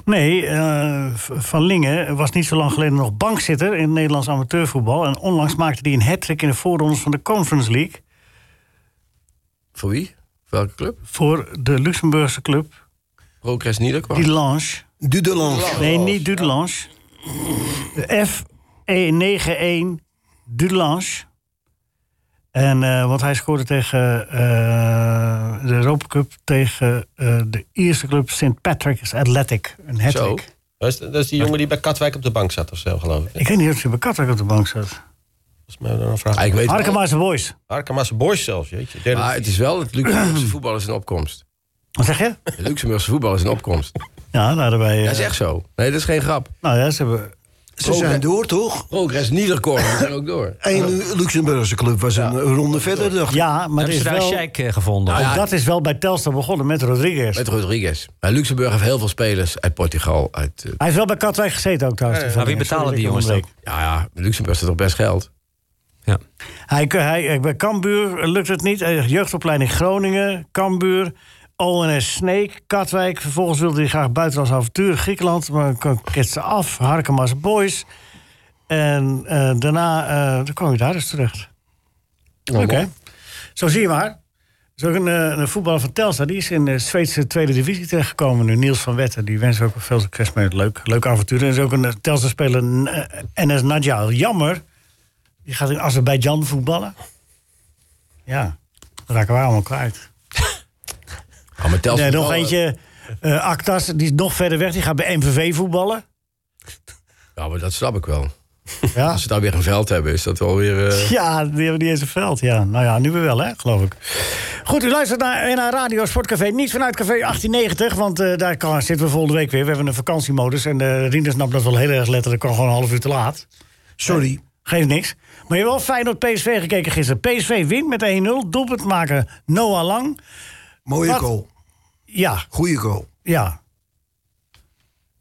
Nee, eh, V- van Lingen was niet zo lang geleden nog bankzitter in het Nederlands amateurvoetbal. En onlangs maakte hij een hat-trick in de voorrondes van de Conference League. Voor wie? Welke club? Voor de Luxemburgse club Progress Niederkwam. Dudelange. Dudelange. Nee, niet Dudelange. F91 Dudelange. En, eh, want hij scoorde tegen eh, de Europa Cup tegen eh, de eerste club St. Patrick's Athletic. Een Zo. hattrick. Dat is, dat is die jongen die bij Katwijk op de bank zat of zo, geloof ik. Ik weet niet of hij bij Katwijk op de bank zat. Volgens mij dan een vraag. Ah, ik weet het Arkemaarse Boys. Arkemaarse Boys zelfs, jeetje. Derde Maar het is wel, het Luxemburgse voetbal is in opkomst. Wat zeg je? Het Luxemburgse voetbal is in opkomst. Ja, nou, daarbij... Dat is echt zo. Nee, dat is geen grap. Nou ja, ze hebben... Ze zijn door, toch? Progress Niederkorn, ze zijn ook door. Eén Luxemburgse club was een ronde verder, dacht ik. Ja, maar Hebben er is ze daar wel... Sjaik eh, gevonden? Ook dat is wel bij Telstar begonnen met Rodriguez. Met Rodriguez. Maar Luxemburg heeft heel veel spelers uit Portugal. Uit, eh, Hij heeft wel bij Katwijk gezeten ook trouwens. Eh, Maar wie betalen die jongens dan? ja, ja, Luxemburg zit toch best geld. Hij, hij, eh, bij Cambuur lukt het niet. Hij heeft Jeugdopleiding Groningen, Cambuur, ONS Sneek, Katwijk. Vervolgens wilde hij graag buitenlands avontuur Griekenland. Maar kon- ketste af, Harkema's Boys. En eh, daarna eh dan kwam hij daar dus terecht. Oké. Zo zie je maar. Er is ook een, eh, een voetballer van Telstar. Die is in de Zweedse tweede divisie terechtgekomen. Nu Niels van Wetten. Die wensen we ook veel succes mee. Leuk, leuk avontuur. Er is ook een eh, Telstar-speler, N- eh, NS Nadja. Jammer. Die gaat in Azerbeidzjan voetballen. Ja, dat raken wij allemaal kwijt. Oh, maar Telstra Nee, nog voetbal- eentje. eh Aktas, die is nog verder weg. Die gaat bij MVV voetballen. Ja, maar dat snap ik wel. Ja, Als ze daar weer een veld hebben, is dat wel weer... eh, ja die hebben niet eens een veld. Ja. Nou ja, nu weer wel, hè, geloof ik. Goed, u luistert naar, naar Radio Sportcafé. Niet vanuit Café 1890, want eh, daar kan, zitten we volgende week weer. We hebben een vakantiemodus. En eh Rienders nam dat wel heel erg letterlijk. kwam gewoon een half uur te laat. Sorry. Geeft niks. Maar je hebt wel fijn op PSV gekeken gisteren. PSV wint met 1-0. Doelpunt maken Noah Lang. Mooie Wat? goal. Ja, Goeie goal. Ja.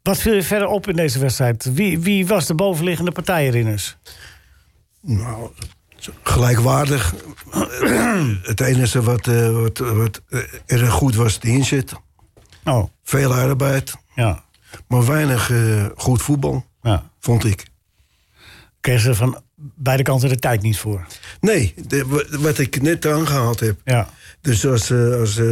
Wat viel je verder op in deze wedstrijd? Wie, wie was de bovenliggende partij, Rinners? Nou, gelijkwaardig. het enige wat, eh, wat, wat eh, erg goed was, de inzet. Oh, Veel arbeid, ja. maar weinig eh, goed voetbal, ja. vond ik. Kregen ze van beide kanten de tijd niet voor. Nee, de- wa- wat ik net aangehaald heb. Ja. Dus als, eh, als eh,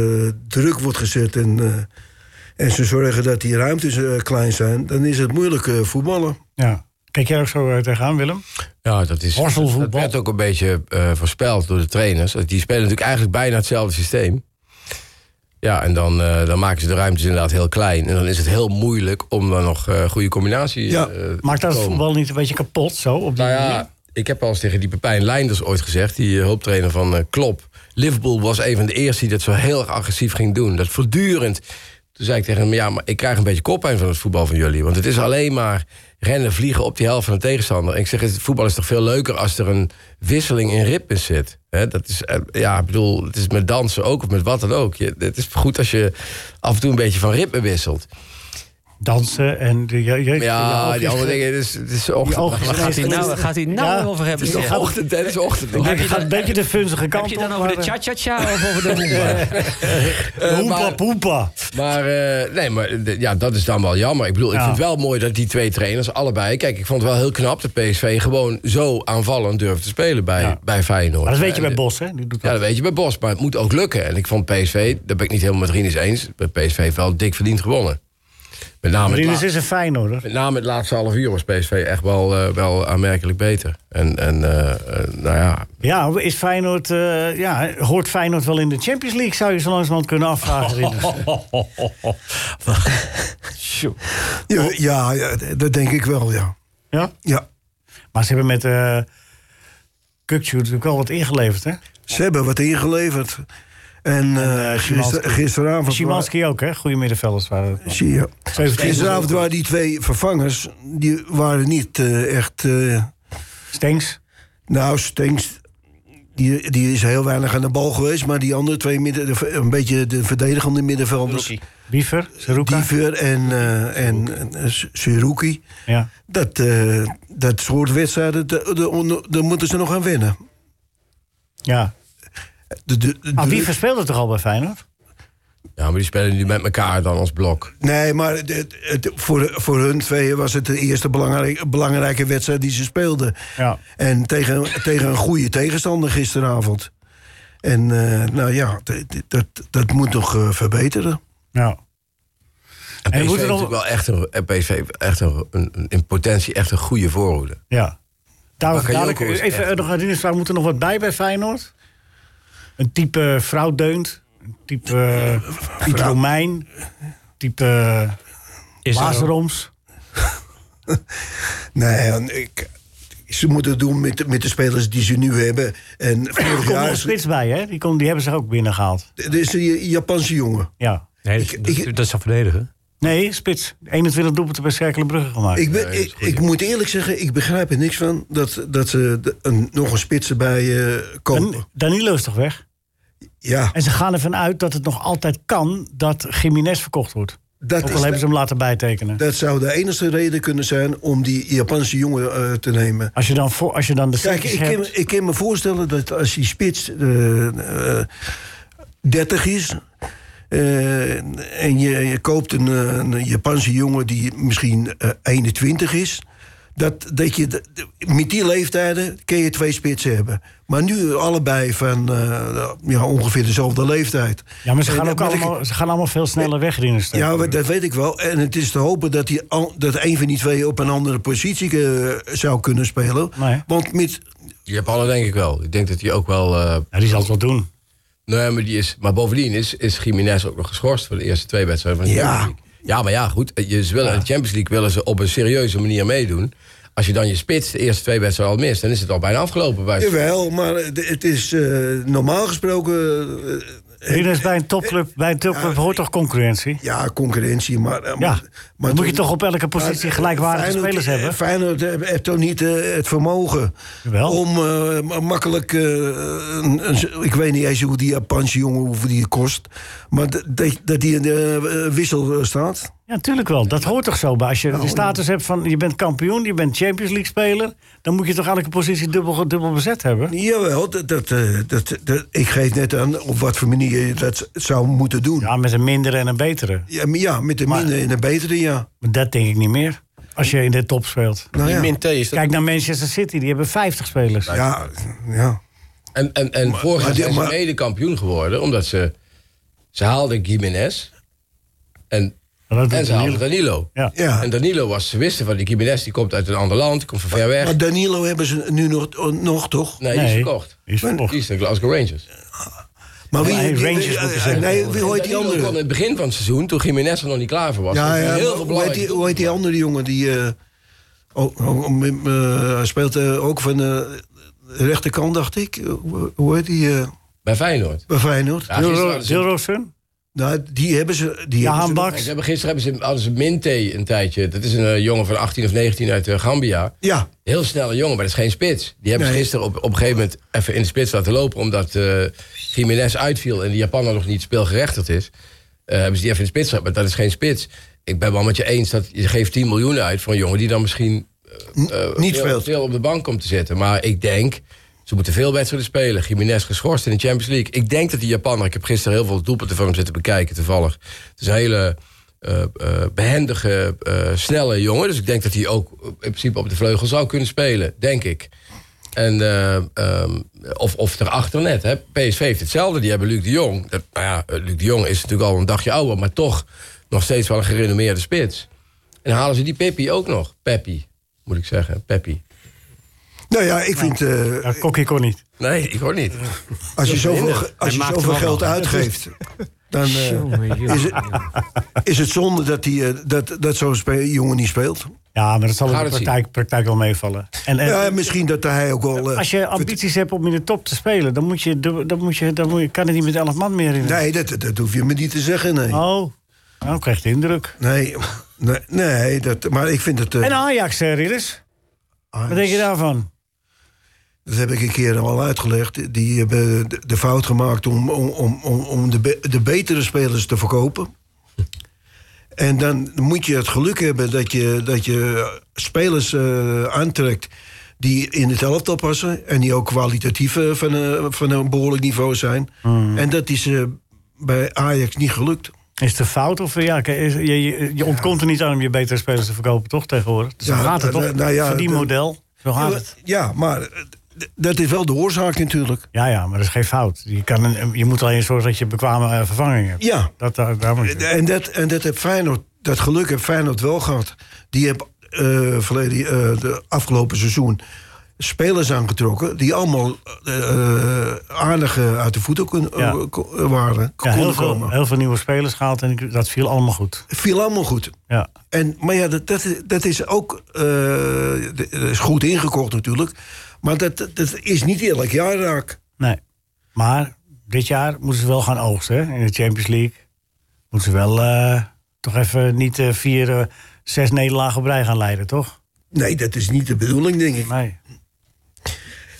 druk wordt gezet en, eh, en ze zorgen dat die ruimtes eh, klein zijn, dan is het moeilijk eh, voetballen. ja. Kijk jij ook zo eh, tegenaan, Willem? Ja, dat is. Horselvoetbal. Dat werd ook een beetje eh, voorspeld door de trainers. Die spelen natuurlijk eigenlijk bijna hetzelfde systeem. Ja, en dan, eh, dan maken ze de ruimtes inderdaad heel klein. En dan is het heel moeilijk om dan nog eh, goede combinaties Ja, eh, Maakt dat te het komen. voetbal niet een beetje kapot zo? Op die Nou manier? ja, ik heb al eens tegen die Pepijn Leinders ooit gezegd, die eh, hulptrainer van eh, Klop. Liverpool was een van de eerste die dat zo heel erg agressief ging doen. Dat voortdurend. Toen zei ik tegen hem, ja, maar ik krijg een beetje koppijn van het voetbal van jullie. Want het is alleen maar rennen, vliegen op die helft van de tegenstander. En ik zeg, het voetbal is toch veel leuker als er een wisseling in ritmes zit. Hè, dat is, eh, ja, ik bedoel, het is met dansen ook of met wat dan ook. Je, het is goed als je af en toe een beetje van ritme wisselt. Dansen en... De, je, je, Maar ja, je die andere dingen, het is, het is ochtend. oogjes- Het Waar gaat hij nou, gaat hij nou Ja, over hebben? is nog zeg? ochtend, hè, het is ochtend. nog. Ik denk, je het gaat dan- een beetje de funzige kant Heb je het dan op, over de maar, eh, cha-cha-cha of over de hoemba? Eh, Hoempa, maar- poempa. Maar eh, nee, maar d- ja, dat is dan wel jammer. Ik bedoel, ik Ja. vind het wel mooi dat die twee trainers allebei. Kijk, ik vond het wel heel knap dat PSV gewoon zo aanvallend durft te spelen bij, Ja. bij Feyenoord. Maar dat weet je En, bij eh, Bos, hè? Die doet Ja, dat. dat weet je bij Bos, maar het moet ook lukken. En ik vond PSV, daar ben ik niet helemaal met Rinus eens. bij PSV heeft wel dik verdiend gewonnen. Met name, het, Rinners la- is een fijn, hoor. met name het laatste half uur was PSV echt wel, eh, wel aanmerkelijk beter. En, en eh, eh, nou ja, Ja, is Feyenoord, eh, ja, hoort Feyenoord wel in de Champions League? Zou je zo langzamerhand kunnen afvragen. Ridders. Ja, ja, ja, d- dat denk ik wel, ja. Ja? ja. Maar ze hebben met eh Kukçu natuurlijk wel wat ingeleverd, hè? Ze hebben wat ingeleverd. En eh, gister- Szymanski. gisteravond... wa- Szymanski ook, hè? Goede middenvelders waren het. Zie je. 17. Gisteravond waren die twee vervangers... die waren niet eh, echt... eh, Stengs. Nou, Stengs, die, die is heel weinig aan de bal geweest. Maar die andere twee, midden, de- een beetje de verdedigende middenvelders. Biever, Zerouka. Diever en, eh en en, eh, Siruki. Ja. Dat, eh, dat soort wedstrijden, da- da- on- daar moeten ze nog aan wennen. ja. De, de- de- Ah, Biever speelde toch al bij Feyenoord? ja, maar die spelen nu met elkaar dan als blok. nee, maar het- het- voor, voor hun twee was het de eerste belangrijke, belangrijke wedstrijd die ze speelden. Ja. En tegen, tegen een goede tegenstander gisteravond. En eh, nou ja, d- d- dat, dat moet nog eh, verbeteren. Ja. we En PSV moeten heeft nog- natuurlijk wel echt een, en PSV heeft echt een, een- in potentie echt een goede voorhoede. Ja. Daar, Bakayoko dadelijk, is even eh, nog aan Rinus vragen, moet er nog wat bij bij Feyenoord? Een type eh, vrouw deunt, een type eh, Piet Romein, type Is uh, er- Nee, en ik, ze moeten het doen met, met de spelers die ze nu hebben. En [COUGHS] Er vorig komt nog jaar een is spits bij, hè? Die, kon, die hebben ze ook binnengehaald. er is een Japanse jongen. Ja. Nee, dat, is een verdediger. Nee, spits. 21 doelpunten bij Cerkelenbrugge gemaakt. Ik, ben, ik, ik moet eerlijk zeggen, ik begrijp er niks van dat, dat ze de- een, nog een spits erbij eh kopen. Danilo is toch weg? Ja. En ze gaan ervan uit dat het nog altijd kan dat Jiménez verkocht wordt. Dat ook al is- hebben ze hem laten bijtekenen. Dat zou de enige reden kunnen zijn om die Japanse jongen eh, te nemen. Als je dan, voor, als je dan de Kijk, centjes ik kan, hebt- me- ik kan me voorstellen dat als die spits eh, eh, 30 is. eh, en je, je koopt een, eh, een Japanse jongen die misschien eh, 21 is. Dat, dat je, de- de- met die leeftijden kun je twee spitsen hebben. Maar nu allebei van eh, ja, ongeveer dezelfde leeftijd. Ja, maar ze En gaan, ook dat- allemaal, ze gaan allemaal veel sneller weg, Rinus. ja, maar dat weet ik wel. En het is te hopen dat, die, al- dat een van die twee op een andere positie eh, zou kunnen spelen. Want met Je hebt alle denk ik wel. Ik denk dat hij ook wel... die zal het wel doen. Nee, maar, die is, maar bovendien is, is Jiménez ook nog geschorst voor de eerste twee wedstrijden van de Ja. Champions League. Ja, maar ja, goed. eh, Je, ze willen, In de Champions League willen ze op een serieuze manier meedoen. Als je dan je spits de eerste twee wedstrijden al mist, dan is het al bijna afgelopen. Bij Jawel, maar het- het is eh, normaal gesproken. eh, Rinus, bij een topclub, bij een topclub hoort toch concurrentie? ja, concurrentie. Maar, eh, Ja, maar, eh, dan moet je toch op elke positie gelijkwaardige Feyenoord- spelers hebben? eh, Feyenoord heeft heeft toch niet eh, het vermogen om eh, ma- makkelijk. eh, een- een- ik weet niet eens hoe die Japanse jongen hoeveel die kost. Maar d- dat- dat die in de eh, wissel eh, staat. Ja, natuurlijk wel. Dat hoort toch zo bij. Als je Nou, de status hebt van je bent kampioen, je bent Champions League speler, dan moet je toch elke positie dubbel, dubbel bezet hebben? Jawel, dat, dat, eh, dat, dat, ik geef net aan op wat voor manier je dat zou moeten doen. Ja, met een mindere en een betere. Ja, maar ja met de minder en de betere, ja. Maar dat denk ik niet meer. Als je in de top speelt. Nou Die ja. min T is dat- Kijk naar Manchester City, die hebben 50 spelers. Ja, ja. En, en, en vorig jaar maar die- zijn ze maar- mede kampioen geworden, omdat ze... Ze haalden Jiménez en, en doet ze haalden Danilo. Ja. En Danilo was, ze wisten van die Jiménez, die komt uit een ander land, die komt van ver weg. Maar Danilo hebben ze nu nog, nog toch? Nee, die is verkocht. Die is verkocht. Die is de Glasgow Rangers. Maar wie- Nee, wie- Rangers die, moet je zeggen. nee, wie hoort die andere? in het begin van het seizoen, toen Jiménez er nog niet klaar voor was. Ja, dat is ja, heel veel hoe, heet belangrijk. die, hoe heet die andere jongen die. eh, oh, oh, oh, m- eh, hij speelt eh, ook van de rechterkant, dacht ik. Hoe, hoe heet die? eh, Bij Feyenoord. bij Feyenoord. Ja, gisteren hadden ze- Nou, die hebben ze. Die hebben ze nog. Ze hebben gisteren hebben ze, hadden ze Minte een tijdje. Dat is een eh, jongen van 18 of 19 uit eh, Gambia. Ja. Heel snelle jongen, maar dat is geen spits. Die hebben ze Nee. gisteren op, op een gegeven moment even in de spits laten lopen. Omdat eh Jiménez uitviel en de Japaner nog niet speelgerechtigd is. Eh, hebben ze die even in de spits gehad, maar dat is geen spits. Ik ben wel met je eens dat je geeft 10 miljoen uit voor een jongen die dan misschien. eh, eh, niet veel, speelt. veel op de bank komt te zitten. Maar ik denk. Ze moeten veel wedstrijden spelen. Jiménez geschorst in de Champions League. Ik denk dat die Japaner... Ik heb gisteren heel veel doelpunten van hem zitten bekijken, toevallig. Het is een hele eh, eh, behendige, eh, snelle jongen. Dus ik denk dat hij ook in principe op de vleugel zou kunnen spelen. Denk ik. En, eh, ehm, of, of erachter net. Hè. PSV heeft hetzelfde. Die hebben Luc de Jong. Dat, nou ja, eh, Luc de Jong is natuurlijk al een dagje ouder. Maar toch nog steeds wel een gerenommeerde spits. En dan halen ze die Peppi ook nog. Peppi, moet ik zeggen. Peppi. Nou ja, ik vind. eh, Kokkie kon niet. Nee, ik hoor niet. als je Dat zoveel, minder. ge- Hij als je maakt zoveel hem allemaal. geld uitgeeft. Dan eh, is, het, is het zonde dat, die, eh, dat, dat zo'n spe- jongen niet speelt. Ja, maar dat zal in Gaat de het zien. praktijk, praktijk wel meevallen. En, en- ja, misschien dat hij ook wel. eh, als je ambities hebt om in de top te spelen, dan, moet je, dubbel- dan, moet je, dan moet je, kan het niet met 11 man meer in. Nee, dat, dat hoef je me niet te zeggen. Nee. Oh, nou krijg je de indruk. Nee, [LAUGHS] nee, nee dat, maar ik vind het. eh, Ah, En Ajax, eh, Ridders? Wat denk je daarvan? Dat heb ik een keer al uitgelegd. Die hebben de- de fout gemaakt om, om, om, om, om de, be- de betere spelers te verkopen. [LAUGHS] En dan moet je het geluk hebben dat je, dat je spelers eh, aantrekt die in het elftal passen. En die ook kwalitatief eh, van, een- van een behoorlijk niveau zijn. Mm. En dat is eh, bij Ajax niet gelukt. Is het een fout? Of eh, ja, kijk, is- je, je, je ontkomt er niet aan om je betere spelers te verkopen, toch? Tegenwoordig. Dus Ja, zo gaat het eh, toch? nou ja, Verdienmodel. Zo gaat Ja, het. Ja, maar eh, dat is wel de oorzaak natuurlijk. Ja, ja, maar dat is geen fout. Je, kan een, je moet alleen zorgen dat je bekwame eh, vervanging hebt. Ja. Dat, daar, daar moet je- En dat, en dat, heb Feyenoord, dat geluk heeft Feyenoord wel gehad. Die hebben eh, verleden, eh, de afgelopen seizoen spelers aangetrokken... die allemaal eh, aardig eh, uit de voeten kun, Ja. eh, ko- eh, waren. ja, konden heel, veel, komen. heel veel nieuwe spelers gehaald en ik- dat viel allemaal goed. viel allemaal goed. Ja. En, maar ja, dat, dat, dat is ook eh, dat is goed ingekocht natuurlijk. Maar dat, dat is niet elk jaar raak. Nee. Maar dit jaar moeten ze wel gaan oogsten hè? in de Champions League. Moeten ze wel eh, toch even niet eh, vier, eh, zes nederlagen op rij gaan leiden, toch? Nee, dat is niet de bedoeling, denk ik. Nee.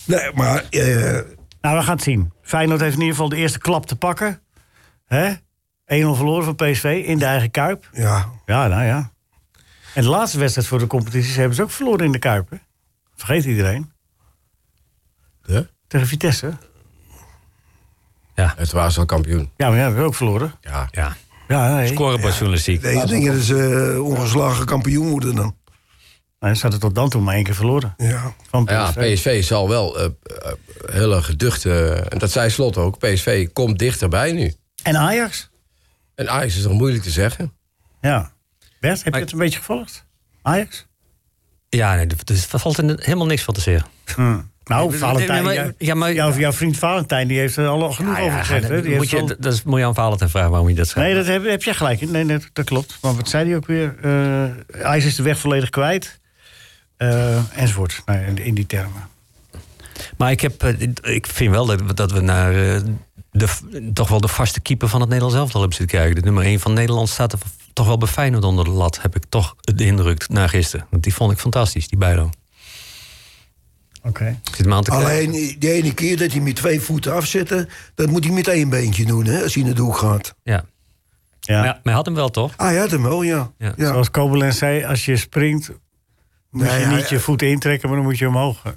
Nee, maar... eh, Nou, we gaan het zien. Feyenoord heeft in ieder geval de eerste klap te pakken. Hè? 1-0 verloren van PSV in de eigen Kuip. Ja. Ja, nou ja. En de laatste wedstrijd voor de competities hebben ze ook verloren in de Kuip. hè? Vergeet iedereen. De? Tegen Vitesse. Ja. Het was al kampioen. Ja, maar ja, we hebben ook verloren. Ja. ja. Ja, nee. Scorebordjournalistiek. Nee, ik denk dat ze eh, ongeslagen kampioen worden dan. Nou, ze hadden tot dan toe maar één keer verloren. Ja. Van Ja, PSV zal wel eh eh, hele geduchte... En dat zei Slot ook. PSV komt dichterbij nu. En Ajax? En Ajax is nog moeilijk te zeggen. Ja. Bert, heb je het een beetje gevolgd? Ajax? Ja, nee, d- dus daar valt er helemaal niks van te zeggen. Nou, Nee, Valentijn, nee, maar- jij- ja, maar- jouw, jouw vriend Valentijn die heeft er al genoeg Ja, over ja, gezegd. dan hè? Die moet heeft je, al- dat is, moet je aan Valentijn vragen waarom je dat schrijft. Nee, dat heb, heb jij gelijk in. Nee, nee, dat klopt. Maar wat zei hij ook weer? Eh IJs is de weg volledig kwijt. Eh, enzovoort. Nee, in, in die termen. Maar ik, heb, eh, ik vind wel dat, we- dat we naar eh, de, toch wel de vaste keeper van het Nederlands elftal hebben zitten kijken. De nummer 1 van Nederland staat er toch wel bij Feyenoord onder de lat. Heb ik toch de indruk na gisteren. Want die vond ik fantastisch, die Bijlo. Oké. Ik zit me aan te kijken. Alleen die ene keer dat hij met twee voeten afzetten... dat moet hij met één beentje doen, hè, als hij naar de hoek gaat. Ja. Ja. Maar, ja, maar hij had hem wel, toch? Ah, hij had hem wel, ja. Ja. Ja. Zoals Kobelens zei, als je springt... moet Nee, je hij- niet je voeten intrekken, maar dan moet je omhoog. Ah,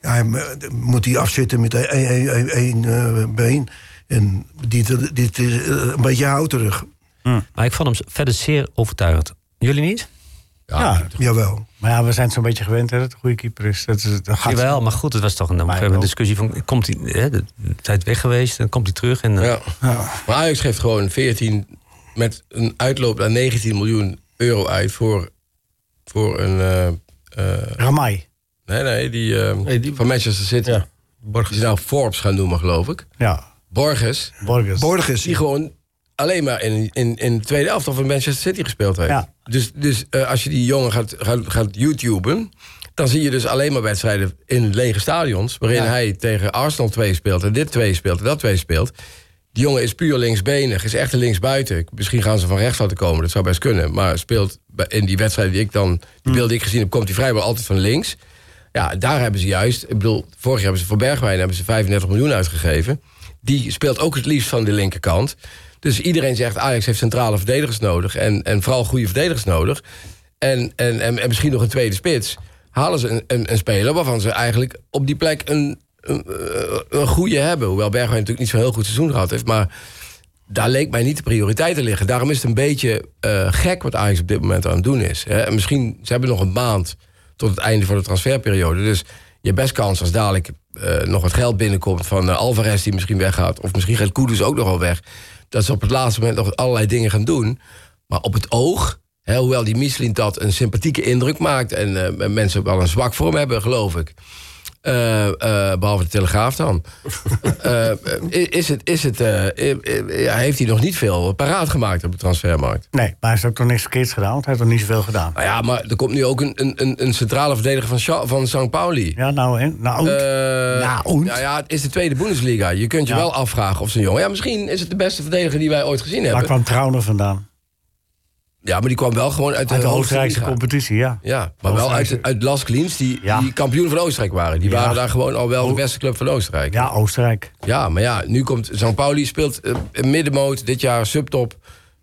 Ja, hij mo- moet hij afzitten met één- één één- één, eh, been. En dit, dit is eh, een beetje houterig. Maar ik vond hem verder zeer overtuigend. Jullie niet? Ja. Jawel. Maar ja, we zijn het zo'n beetje gewend hè, dat het een goede keeper is. Dat, is dat gaat Jawel, maar goed, het was toch een, op een gegeven moment discussie van... Komt hij, hè, de tijd weg geweest, dan komt hij terug. En, eh, Ja. Maar Ajax geeft gewoon 14 met een uitloop naar 19 miljoen euro uit voor, voor een. eh, eh, Ramai. nee, nee, die, eh, van Manchester City. Die ze nou Forbes gaan noemen, geloof ik. Ja, Borges. Borges. Borges. Die gewoon alleen maar in, in, in de tweede elftal van Manchester City gespeeld heeft. Ja. Dus, dus eh, als je die jongen gaat, gaat, gaat YouTuben. Dan zie je dus alleen maar wedstrijden in lege stadions. Waarin hij tegen Arsenal 2 speelt. En dit 2 speelt. En dat 2 speelt. Die jongen is puur linksbenig. Is echt een linksbuiten. Misschien gaan ze van rechts laten komen. Dat zou best kunnen. Maar speelt bij- in die wedstrijd die ik dan. Die beelden die ik gezien heb. Komt hij vrijwel altijd van links. Ja, daar hebben ze juist. Ik bedoel, vorig jaar hebben ze voor Bergwijn hebben ze 35 miljoen uitgegeven. Die speelt ook het liefst van de linkerkant. Dus iedereen zegt Ajax heeft centrale verdedigers nodig. En, en vooral goede verdedigers nodig. En, en, en, en misschien nog een tweede spits. Halen ze een, een, een speler waarvan ze eigenlijk op die plek een, een, een goede hebben. Hoewel Bergwijn natuurlijk niet zo'n heel goed seizoen gehad heeft. Maar daar leek mij niet de prioriteit te liggen. Daarom is het een beetje eh, gek wat Ajax op dit moment aan het doen is. Hè. En misschien, ze hebben nog een maand tot het einde van de transferperiode. Dus je hebt best kans als dadelijk eh, nog wat geld binnenkomt van eh, Alvarez die misschien weggaat. Of misschien gaat Kudus ook nog wel weg. Dat ze op het laatste moment nog allerlei dingen gaan doen. Maar op het oog, hè, hoewel die Michelin dat een sympathieke indruk maakt... en eh, mensen wel een zwak voor hem hebben, geloof ik. Eh, eh, behalve de Telegraaf dan. Eh, eh, is het, is het, eh, eh, eh, ja, heeft hij nog niet veel paraat gemaakt op de transfermarkt? Nee, maar hij heeft ook nog niks verkeerds gedaan, want hij heeft nog niet zoveel gedaan. Nou ja, maar er komt nu ook een, een- een, een centrale verdediger van, Scha- van St. Pauli. Ja, nou, en, nou, Eh, Nou, und? nou ja, het is de tweede Bundesliga. Je kunt je Ja. wel afvragen of zo'n jongen... Ja, misschien is het de beste verdediger die wij ooit gezien daar hebben. kwam Trauner vandaan. Ja, maar die kwam wel gewoon uit de, Uit de hoogste Oostenrijkse liga. competitie, ja. Ja, maar wel uit, Oostenrijkse- uit Las Klims, die, Ja. die kampioen van Oostenrijk waren. Die Ja. waren daar gewoon al wel de beste club van Oostenrijk. Ja, Oostenrijk. Ja, maar ja, nu komt St. Pauli speelt eh, middenmoot dit jaar subtop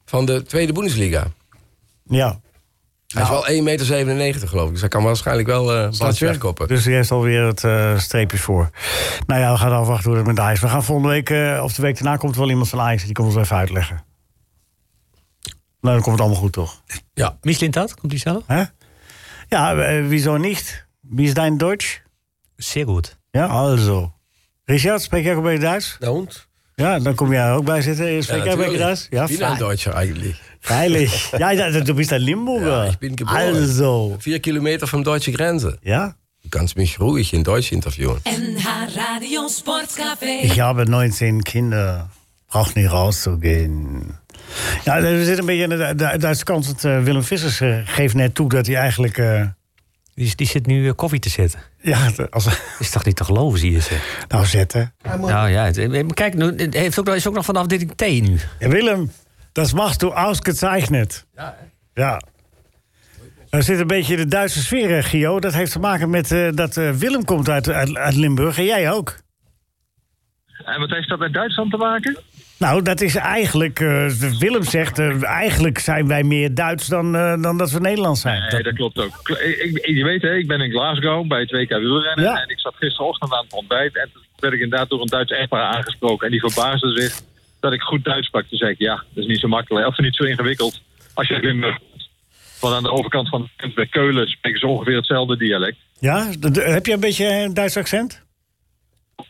van de tweede Bundesliga. Ja, Hij Nou. is wel 1,97 meter, geloof ik. Dus hij kan waarschijnlijk wel eh wat wegkoppen. Dus die heeft alweer het eh, streepje voor. Nou ja, we gaan afwachten hoe het met Ajax. We gaan volgende week, eh, of de week daarna, komt er wel iemand van Ajax. Die komt ons even uitleggen. Nou, dan komt het allemaal goed, toch? Ja, Michelin dat? Komt hij zelf? Hè? Ja, eh, wieso niet? Wie is dein Deutsch? Zeer goed. Ja, also. Richard, spreek jij ook een beetje Duits? Na und? Ja, dan kom jij ook bij zitten. Spreek jij een beetje Duits? Ja, Wie ein fein. Deutscher eigentlich? Freilich. [LAUGHS] Ja, ja, du bist ein Limburger. Ja, ich bin geboren. Also. Vier Kilometer vom deutschen Grenze. Ja? Du kannst mich ruhig in Deutsch interviewen. NH Radio Sportcafé. Ich habe 19 Kinder. Braucht nicht rauszugehen. Ja, also, we zitten een beetje aan de Du- Du- Duitse kant. Want eh, Willem Vissers eh, geeft net toe dat hij eigenlijk... eh, Die, die zit nu eh, koffie te zetten. ja, also, [LAUGHS] als, Is toch niet te geloven, zie je ze. nou zetten. Nou ja, het- eh, kijk, nu, het heeft ook, is ook nog van de afdeling T nu. Ja, Willem, dat machst du ausgezeichnet. Ja. Ja. Nou, Er zit een beetje de Duitse sfeer, eh, Gio. Dat heeft te maken met eh, dat eh, Willem komt uit, uit, uit Limburg en jij ook. En wat heeft dat met Duitsland te maken? Nou, dat is eigenlijk, eh, Willem zegt, eh, eigenlijk zijn wij meer Duits dan, eh, dan dat we Nederlands zijn. Nee, dat klopt ook. Kl- Ik, ik- je weet, hè, ik ben in Glasgow bij het WK wielrennen. Ja. En ik zat gisterochtend aan het ontbijt. En toen werd ik inderdaad door een Duits echtpaar aangesproken. En die verbaasde zich dat ik goed Duits sprak. Toen zei ik, ja, dat is niet zo makkelijk. Of niet zo ingewikkeld als je in Limburg komt. Want aan de overkant van de bij Keulen spreken ze ongeveer hetzelfde dialect. Ja, d- d- heb je een beetje een Duits accent?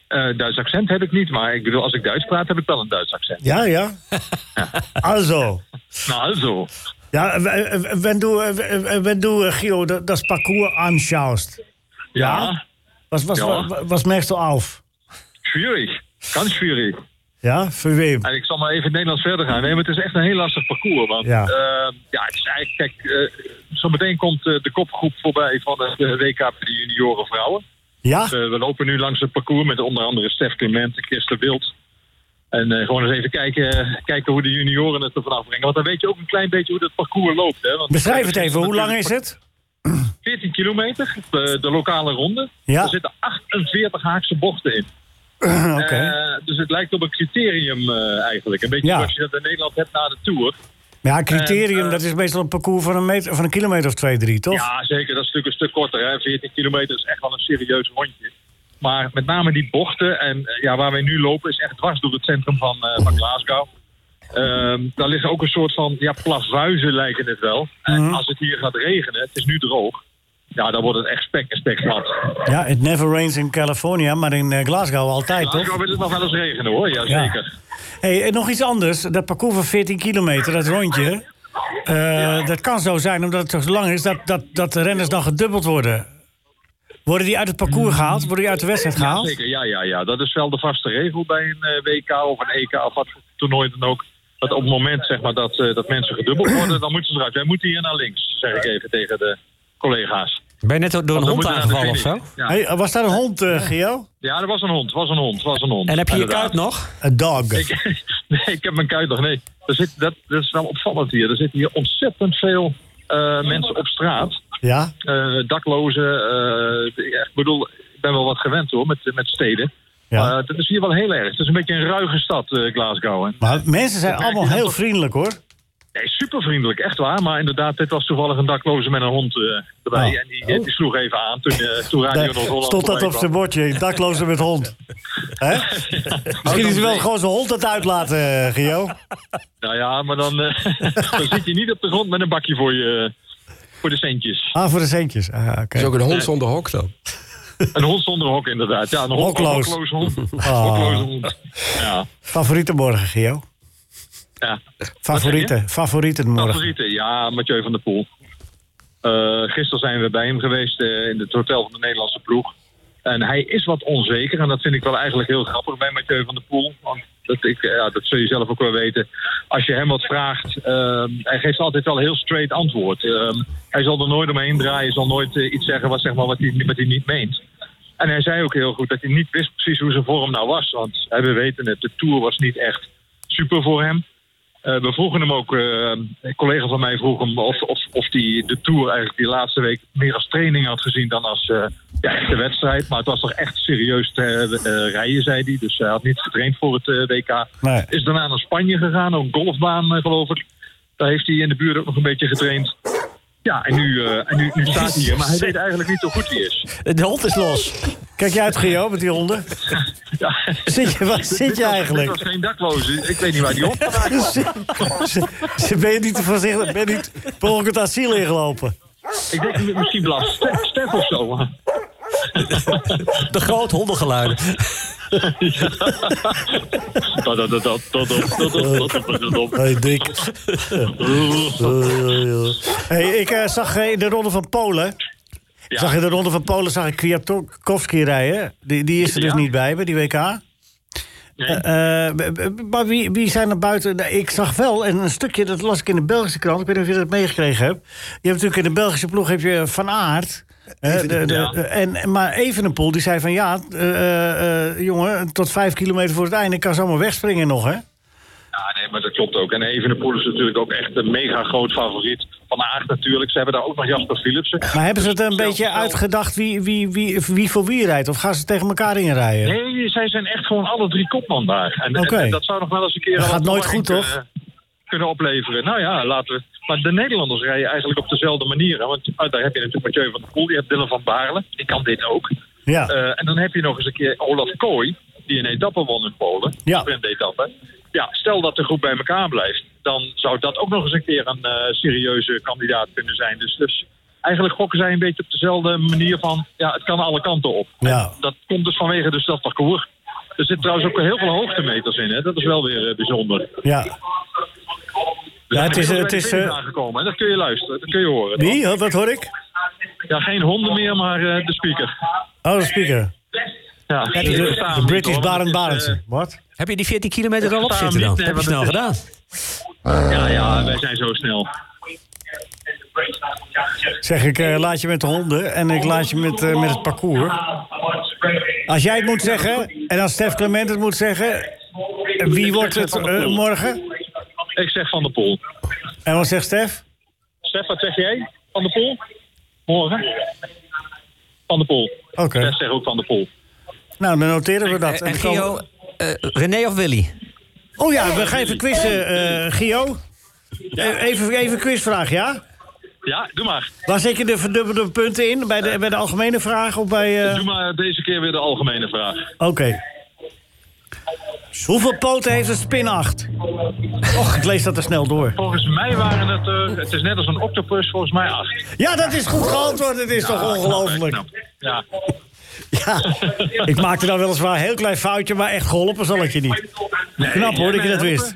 Eh, Duits accent heb ik niet, maar ik bedoel, als ik Duits praat, heb ik wel een Duits accent. Ja, [LAUGHS] ja. also. Nou, zo. Ja, w- w- wenn du, äh, w- wenn du äh, Gio, d- das Parcours anschaust, Ja, was, was, Ja. wa- was merkst du auf? schwierig. Ganz schwierig. Ja, für wen? En ik zal maar even in het Nederlands verder gaan. Nee, maar het is echt een heel lastig parcours. Want Ja. ja, ja het is eigenlijk, kijk, eh, zometeen komt eh, de kopgroep voorbij van het eh, WK bij de junioren vrouwen. Ja? Eh, we lopen nu langs het parcours met onder andere Stef Clement en Kirsten Wild. En eh, gewoon eens even kijken, eh, kijken hoe de junioren het er vanaf brengen. Want dan weet je ook een klein beetje hoe dat parcours loopt. Hè? Want Beschrijf het even, hoe lang is het? 14 kilometer, eh, de, de lokale ronde. Ja. [CLEARS THROAT] Er zitten 48 haakse bochten in. Oké. Dus Eh, dus het lijkt op een criterium eh, eigenlijk. Een beetje Ja. zoals je dat in Nederland hebt na de Tour. Ja, criterium, En, eh, dat is meestal een parcours van een, meter, van een kilometer of twee, drie, toch? Ja, zeker. Dat is natuurlijk een stuk korter. Hè. 14 kilometer is echt wel een serieus rondje. Maar met name die bochten en eh, ja, waar wij nu lopen is echt dwars door het centrum van, eh, van Glasgow. Ehm, daar liggen ook een soort van ja, plasvuizen lijken het wel. En Mhm. als het hier gaat regenen, het is nu droog. Ja, dan wordt het echt spek en spek glad. Ja, it never rains in California, maar in eh, Glasgow altijd, toch? Glasgow wil het nog wel eens regenen hoor, ja Ja. zeker. Hey, en nog iets anders. Dat parcours van 14 kilometer, dat rondje. eh, Dat kan zo zijn, omdat het zo lang is, dat, dat, dat de renners dan gedubbeld worden. Worden die uit het parcours gehaald? Worden die uit de wedstrijd Mm. Ja, gehaald? zeker. Ja, ja, ja, dat is wel de vaste regel bij een eh, WK of een EK of wat voor toernooi dan ook. Dat op het moment zeg maar, dat, eh, dat mensen gedubbeld worden, dan moeten ze eruit. Wij moeten hier naar links, zeg ik even tegen de collega's. Ben je net door Want een Oh, dan hond moeten we naar de aangevallen of zo? finish. Ja. Hey, was daar een hond, eh Gio? Ja, er was een hond, was een hond, was een hond. En heb je je Inderdaad. kaart nog? Een dog. Ik, [LAUGHS] nee, ik heb mijn kuit nog. Nee, er zit, dat, dat is wel opvallend hier. Er zitten hier ontzettend veel eh, mensen op straat. Ja? Eh, daklozen. eh, ja, ik bedoel, ik ben wel wat gewend hoor, met, met steden. Ja. Maar dat is hier wel heel erg. Het is een beetje een ruige stad, eh, Glasgow. En, Maar mensen zijn Dat merk je allemaal dan heel toch? vriendelijk, hoor. nee, super vriendelijk, echt waar. Maar inderdaad, dit was toevallig een dakloze met een hond eh, erbij. Oh. En die, die sloeg even aan toen, eh, toen Radio Daar Noord-Holland... stond dat voorbij op kwam. zijn bordje, daklozen met [LAUGHS] hond. Hè? Misschien is hij wel gewoon zijn hond het uitlaten, eh, Gio. Nou ja, maar dan, eh, [LAUGHS] dan zit je niet op de grond met een bakje voor je... eh, Voor de centjes. Ah, voor de centjes. Ah, oké. is ook een hond zonder hok dan. Een hond zonder hok, inderdaad. Ja, een hond, Hokloos. een hokloos hond. Ah. Hokloze hond. Ja, Favoriete morgen, Gio? ja. Favoriete, favoriete morgen. Favoriete, ja, Mathieu van der Poel. Eh, gisteren zijn we bij hem geweest eh, in het hotel van de Nederlandse ploeg. En hij is wat onzeker. En dat vind ik wel eigenlijk heel grappig bij Mathieu van der Poel. Want dat, ik, eh, ja, dat zul je zelf ook wel weten. Als je hem wat vraagt, ehm, hij geeft altijd wel heel straight antwoord. Ehm, hij zal er nooit omheen draaien. zal nooit eh, iets zeggen wat, zeg maar, wat, hij, wat hij niet meent. En hij zei ook heel goed dat hij niet wist precies hoe zijn vorm nou was. Want hè, we weten het, de Tour was niet echt super voor hem. Eh, we vroegen hem ook, eh, een collega van mij vroeg hem of hij of, of die de Tour eigenlijk die laatste week meer als training had gezien dan als eh ja, echte wedstrijd. Maar het was toch echt serieus eh, eh, rijden, zei hij. Dus hij had niet getraind voor het eh, WK. Nee. Is daarna naar Spanje gegaan, op een golfbaan eh, geloof ik. Daar heeft hij in de buurt ook nog een beetje getraind. Ja, en nu, eh, en nu, nu staat hij hier. Maar hij weet eigenlijk niet hoe goed hij is. De hond is los. Kijk je uit, Gio, met die honden? [LAUGHS] Ja. Zit je, waar Dit zit was- je eigenlijk? Dit was geen dakloze. Ik weet niet waar die hond vandaan [LAUGHS] kwam. Ze- Ben je niet te voorzichtig? Ben je niet per ongeluk het asiel ingelopen? Ik denk misschien Blas Stef of zo. De groot [LAUGHS] hondengeluiden. Dat, dat, dat, dat, dat, dat, dat, dat, dat, dat. Hey, Dick. [LAUGHS] Hey, ik eh, zag eh, in de ronde van Polen. Zag in de ronde van Polen zag ik Kwiatkowski rijden. Die, die is er dus Ja. niet bij bij die WK. Eh, eh, b- b- maar wie, wie zijn er buiten? Nou, ik zag wel en een stukje, dat las ik in de Belgische krant. Ik weet niet of je dat meegekregen hebt. Je hebt natuurlijk in de Belgische ploeg heb je Van Aert. eh, de- de- Ja. en, maar Evenepoel die zei van ja, eh, eh, eh, jongen, tot vijf kilometer voor het einde kan ze allemaal wegspringen nog, hè? Ja, nee, maar dat klopt ook. En Evenepoel is natuurlijk ook echt een mega groot favoriet. Van Aert natuurlijk. Ze hebben daar ook nog Jasper Philipsen. Maar hebben ze het een beetje uitgedacht wie, wie, wie, wie voor wie rijdt? Of gaan ze tegen elkaar inrijden? Nee, zij zijn echt gewoon alle drie kopman daar. En, en- Oké. en dat zou nog wel eens een keer... Dat wat gaat nooit belang goed, toch? kunnen- Kunnen opleveren. Nou ja, laten we... Maar de Nederlanders rijden eigenlijk op dezelfde manier. hè. Want ah, daar heb je natuurlijk Mathieu van der Poel, je hebt Dylan van Baarle. Die kan dit ook. Ja. Eh, en dan heb je nog eens een keer Olaf Kooi, die een etappe won in Polen. Ja. Sprintetappe. Ja, stel dat de groep bij elkaar blijft, dan zou dat ook nog eens een keer een eh, serieuze kandidaat kunnen zijn. Dus, dus eigenlijk gokken zij een beetje op dezelfde manier van, ja, het kan alle kanten op. Ja. Dat komt dus vanwege dus dat parcours. Er zit trouwens ook heel veel hoogtemeters in, hè? dat is wel weer eh, bijzonder. Ja. Ja, het is, eh, het is, eh, aangekomen, hè? dat kun je luisteren, dat kun je horen. wie? Wat wat hoor ik? Ja, geen honden meer, maar eh, de speaker. Oh, de speaker. Ja, De, de- de British Baron eh, Barentse. Wat? Heb je die 14 kilometer al op Verstaan zitten hem dan? niet, heb je nee, snel want gedaan. Ja, ja, wij zijn zo snel. Zeg ik, eh, laat je met de honden en ik laat je met, eh, met het parcours. Ah, Als jij het moet zeggen, en als Stef Clement het moet zeggen... eh, Wie wordt het eh, morgen? Ik zeg Van der Poel. En wat zegt Stef? Stef, wat zeg jij? Van der Poel? Morgen? Van der Poel. Oké. Stef zegt ook Van der Poel. Nou, dan noteren we dat. En dan komen- Gio, eh, René of Willy? Oh ja, we gaan even quizzen, eh, Gio. Eh, Even, even een quizvraag, ja? Ja, doe maar. Waar zet je de verdubbelde punten in? Bij de, bij de algemene vraag of bij... eh, Doe maar deze keer weer de algemene vraag. Oké. Hoeveel poten heeft een spin 8? Och, ik lees dat er snel door. Volgens mij waren het, eh, het is net als een octopus, volgens mij acht. Ja, dat is goed geantwoord. Het is Ja, toch knap, ongelooflijk. knap. Ja. Ja, ik maakte dan weliswaar een heel klein foutje, maar echt geholpen zal ik je niet. Nee, Knap hoor, dat je dat wist.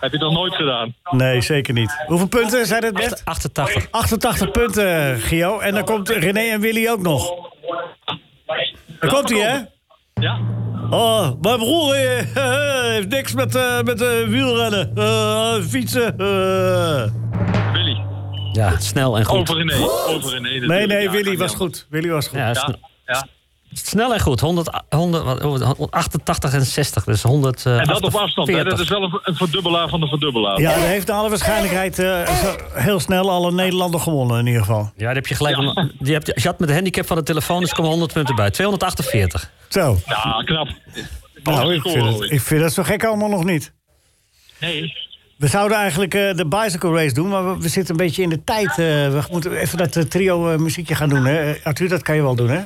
Heb je dat nooit gedaan? Nee, zeker niet. Hoeveel punten zijn het, Bert? 88. 88 punten, Gio. En dan komt René en Willy ook nog. Daar komt hij, hè? Ja. Oh, mijn broer eh, [LAUGHS] heeft niks met, eh, met eh, wielrennen, Eh, fietsen. eh. Willy. Ja, snel en goed. Over René. Over René Nee, natuurlijk. nee, Ja, Willy kan was niet goed. Willy was goed. Ja, sn- Snel en goed. 100, 100, wat- 188 en 60. Dus 100. En eh, dat op 48. afstand, hè? dat is wel een, een verdubbelaar van de verdubbelaar. Ja, dan heeft naar alle waarschijnlijkheid eh, zo- heel snel alle Nederlander gewonnen in ieder geval. Ja, daar heb je gelijk. om- Die heb je, als je had met de handicap van de telefoon, dus kom 100 punten bij. 248. Zo. Ja, knap. Nou, ik vind, het, ik vind dat zo gek allemaal nog niet. Nee. We zouden eigenlijk eh, de bicycle race doen, maar we, we zitten een beetje in de tijd. eh, we moeten even dat eh, trio eh, muziekje gaan doen, hè? Eh, Arthur, dat kan je wel doen, hè?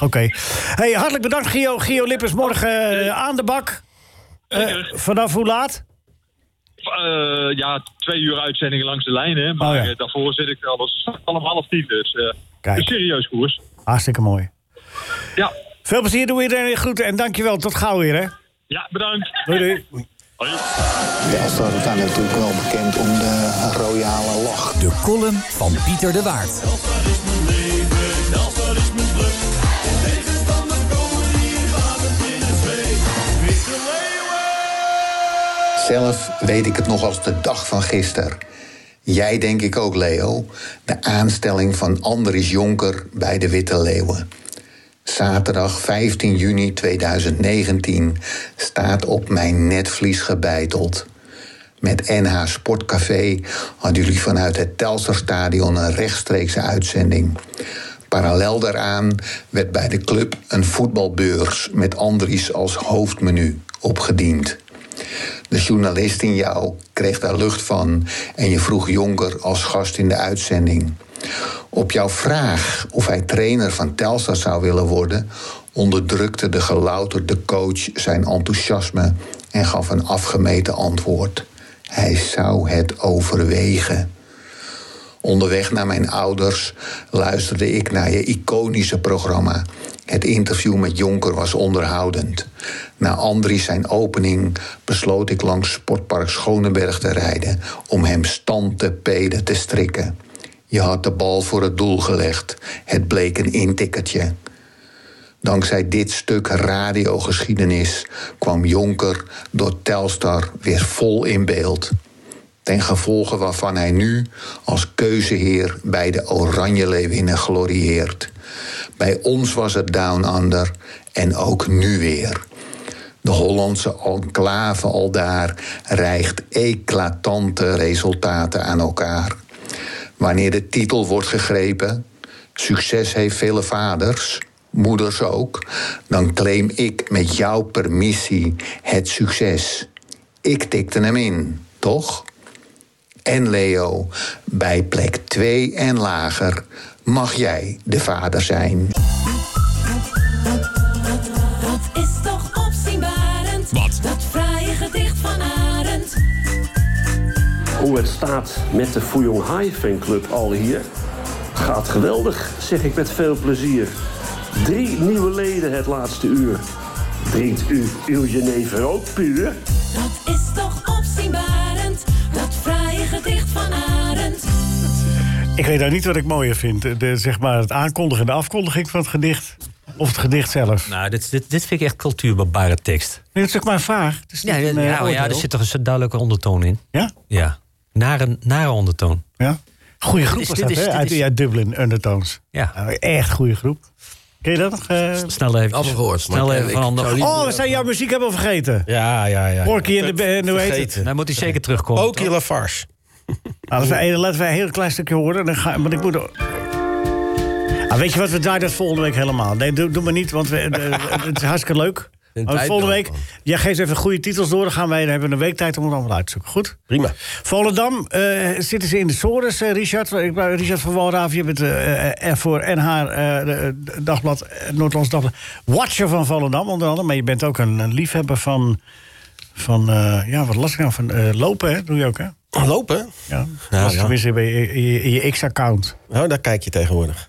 Oké. Hey, hartelijk bedankt, Gio. Gio Lippers, morgen eh, aan de bak. Eh, vanaf hoe laat? Eh, ja, twee uur uitzendingen langs de lijn, hè. Maar Oh ja. eh, daarvoor zit ik al, was al om half tien, dus... eh, Kijk. Een serieus koers. Hartstikke mooi. Ja. Veel plezier, doe iedereen de groeten en dankjewel. Tot gauw weer, hè? Ja, bedankt. Doei, doei. Telstar staat natuurlijk wel bekend om de royale lach. De column van Pieter de Waard. Zelf weet ik het nog als de dag van gisteren. Jij denk ik ook, Leo. De aanstelling van Andries Jonker bij de Witte Leeuwen. Zaterdag 15 juni 2019 staat op mijn netvlies gebeiteld. Met NH Sportcafé hadden jullie vanuit het Telstarstadion een rechtstreekse uitzending. Parallel daaraan werd bij de club een voetbalbeurs met Andries als hoofdmenu opgediend. De journalist in jou kreeg daar lucht van en je vroeg Jonker als gast in de uitzending. Op jouw vraag of hij trainer van Telstar zou willen worden, onderdrukte de gelouterde coach zijn enthousiasme en gaf een afgemeten antwoord. Hij zou het overwegen. Onderweg naar mijn ouders luisterde ik naar je iconische programma. Het interview met Jonker was onderhoudend. Na Andries zijn opening besloot ik langs Sportpark Schoneberg te rijden om hem stand te peden te strikken. Je had de bal voor het doel gelegd. Het bleek een intikkertje. Dankzij dit stuk radiogeschiedenis kwam Jonker door Telstar weer vol in beeld. Ten gevolge waarvan hij nu als keuzeheer bij de Oranje Leeuwinnen glorieert. Bij ons was het Down Under en ook nu weer. De Hollandse enclave al daar rijgt eclatante resultaten aan elkaar. Wanneer de titel wordt gegrepen, succes heeft vele vaders, moeders ook, dan claim ik met jouw permissie het succes. Ik tikte hem in, toch? En Leo, bij plek 2 en lager mag jij de vader zijn. Dat is toch opzienbarend? Wat? Dat fraaie gedicht van Arend. Hoe het staat met de Fuyong Hai fanclub al hier. Gaat geweldig, zeg ik met veel plezier. Drie nieuwe leden het laatste uur. Drinkt u uw jenever ook puur? Dat is toch opzienbarend? Dat fraaie gedicht van Arend. Ik weet nou niet wat ik mooier vind. De- De, zeg maar het aankondigen en de afkondiging van het gedicht. Of het gedicht zelf. Nou, dit, dit, dit vind ik echt cultuurbarbare tekst. Nee, dat is ook maar een vraag. Het is Ja, niet ja, een, eh, nou ja, oordeel. er zit toch een soort duidelijke ondertoon in. Ja? Ja. Nare, nare ondertoon. Ja? Goeie groep Dit is- was dat, dit is- hè? dit Uit, is- uit Dublin, Undertones. Ja. Nou, echt goede groep. Ken je dat nog? eh? Snel even. Allemaal gehoord, Snel maar even ik van ander- zou niet- Oh, we zijn jouw muziek hebben we vergeten. Ja, ja, ja. Porky en de... en Hoe heet het? Dan moet hij zeker terugkomen. Porky Lafarge. Laten we, eh, laten we een heel klein stukje horen. Dan ga, maar ik moet... Ah, weet je wat, we draaien dat volgende week helemaal. Nee, doe, doe maar niet, want we, eh, eh, het is hartstikke leuk. [LAUGHS] Een Maar tijd volgende dan, week, jij geeft even goede titels door. Dan gaan wij, dan hebben we een week tijd om het allemaal uit te zoeken. Goed? Prima. Volendam eh, zitten ze in de sores, eh, Richard. Ik ben Richard van Walraaf, je bent eh, eh, voor NH eh, de- de Dagblad, eh, Noord-Hollands Dagblad. Watcher van Volendam onder andere. Maar je bent ook een, een liefhebber van, van eh, ja, wat las ik nou, van eh, lopen, hè? doe je ook, hè? Lopen? Ja, Ja, dat is Nou ja. tenminste bij je, in je, in je [LAUGHS] X-account. Nou, daar kijk je tegenwoordig.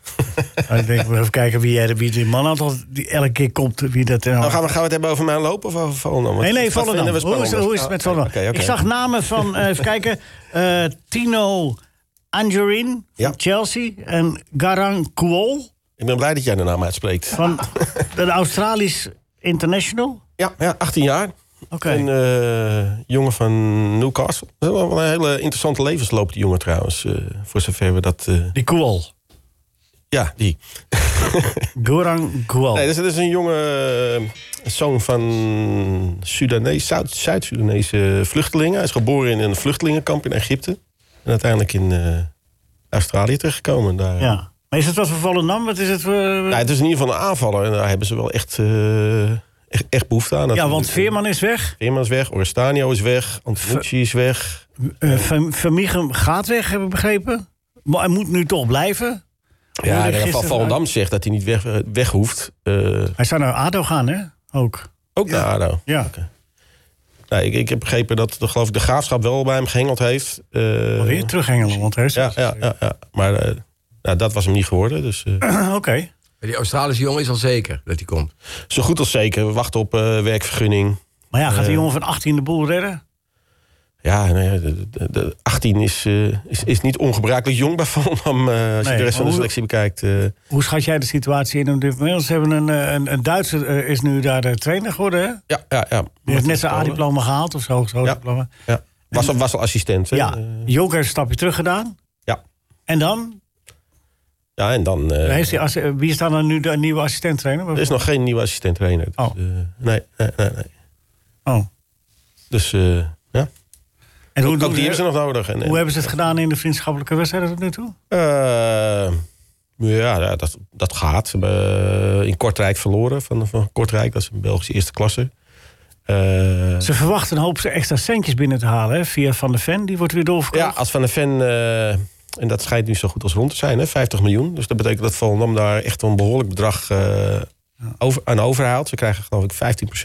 Nou, ik denk, we even kijken wie, er- wie die man altijd die elke keer komt, wie dat... eh, Nou, gaan, we, gaan we het hebben over mijn lopen of over Volendam? Want Ah. Nee, nee, dat vinden Volendam. we Hoe is, spannend. Oh, Ah, hoe is het met Volendam? Oké, oké. Ik zag namen van, eh, even kijken, eh, Tino Angerin van Chelsea en Garang Kuol Ik ben blij dat jij de naam uitspreekt. [LAUGHS] van de Australisch International. Ja, ja 18 jaar. Oké. Een eh, jongen van Newcastle. Dat is wel wel een hele interessante levensloop, die jongen trouwens. eh, voor zover we dat... eh, Die Kuol. ja, die. Garang Kuol. Nee, dus dat is een jonge eh, zoon van Sudanees, Zuid- Zuid-Soedanese vluchtelingen. Hij is geboren in een vluchtelingenkamp in Egypte. En uiteindelijk in eh, Australië terechtgekomen. En Daar, Ja. Maar is het wat voor Volendam? Wat is het voor... Nou, het is in ieder geval een aanvaller. En daar hebben ze wel echt, eh, echt, echt behoefte aan. ja, natuurlijk. eh, want Veerman is weg. Veerman is weg, Orestano is weg, Antonucci is weg. eh Van Vermiegem gaat weg, heb ik begrepen. Maar hij moet nu toch blijven. Ja, Hoorde in ik ieder geval gisteren- Volendam zegt dat hij niet weg, weg hoeft. Eh, Hij zou naar ADO gaan, hè? Ook. ook naar ADO. Ja. Nou, ik, ik heb begrepen dat de, geloof ik, de graafschap wel bij hem gehengeld heeft. Eh, Weer terug Engeland, want hij is... ja, ja, ja, ja. Maar eh, nou, dat was hem niet geworden. Dus, eh, [CLEARS THROAT] Oké. Die Australische jongen is al zeker dat hij komt. zo goed als zeker. We wachten op eh, werkvergunning. Maar ja, gaat die Eh. jongen van 18 de boel redden? Ja, nou ja, de, de- de 18 is, eh, is, is niet ongebruikelijk jong bij Volendam. eh, als Nee, je de rest van de hoe- selectie bekijkt. eh. Hoe schat jij de situatie in op dit moment? Ze hebben een, eh, een, een Duitser eh, is nu daar de trainer geworden, hè? ja, ja, ja. Die heeft net zijn A-diploma gehaald of zo. zo diploma. Ja. Was, al, was al assistent. hè? Ja, Eh, Jonker heeft een stapje terug gedaan. ja. En dan? ja, en dan... eh, Heeft die, assi- eh, wie is dan een nu de nieuwe assistent-trainer? Er is nog geen nieuwe assistent trainer. Dus, Oh. eh, nee, nee, nee, nee. Oh. Dus eh, ja. En hoe, ook doen die hebben ze- ze nog nodig. En, eh. en- hoe hebben ze het gedaan in de vriendschappelijke wedstrijden tot nu toe? Eh, ja, ja, dat, dat gaat. Ze hebben eh, in Kortrijk verloren van, van Kortrijk. Dat is een Belgische eerste klasse. Eh, Ze verwachten een hoop extra centjes binnen te halen, hè? Via Van de Ven, die wordt weer doorverkocht. ja, als Van de Ven... eh, en dat schijnt nu zo goed als rond te zijn, hè, 50 miljoen. Dus dat betekent dat Volendam daar echt een behoorlijk bedrag eh, over, aan overhoudt. Ze krijgen geloof ik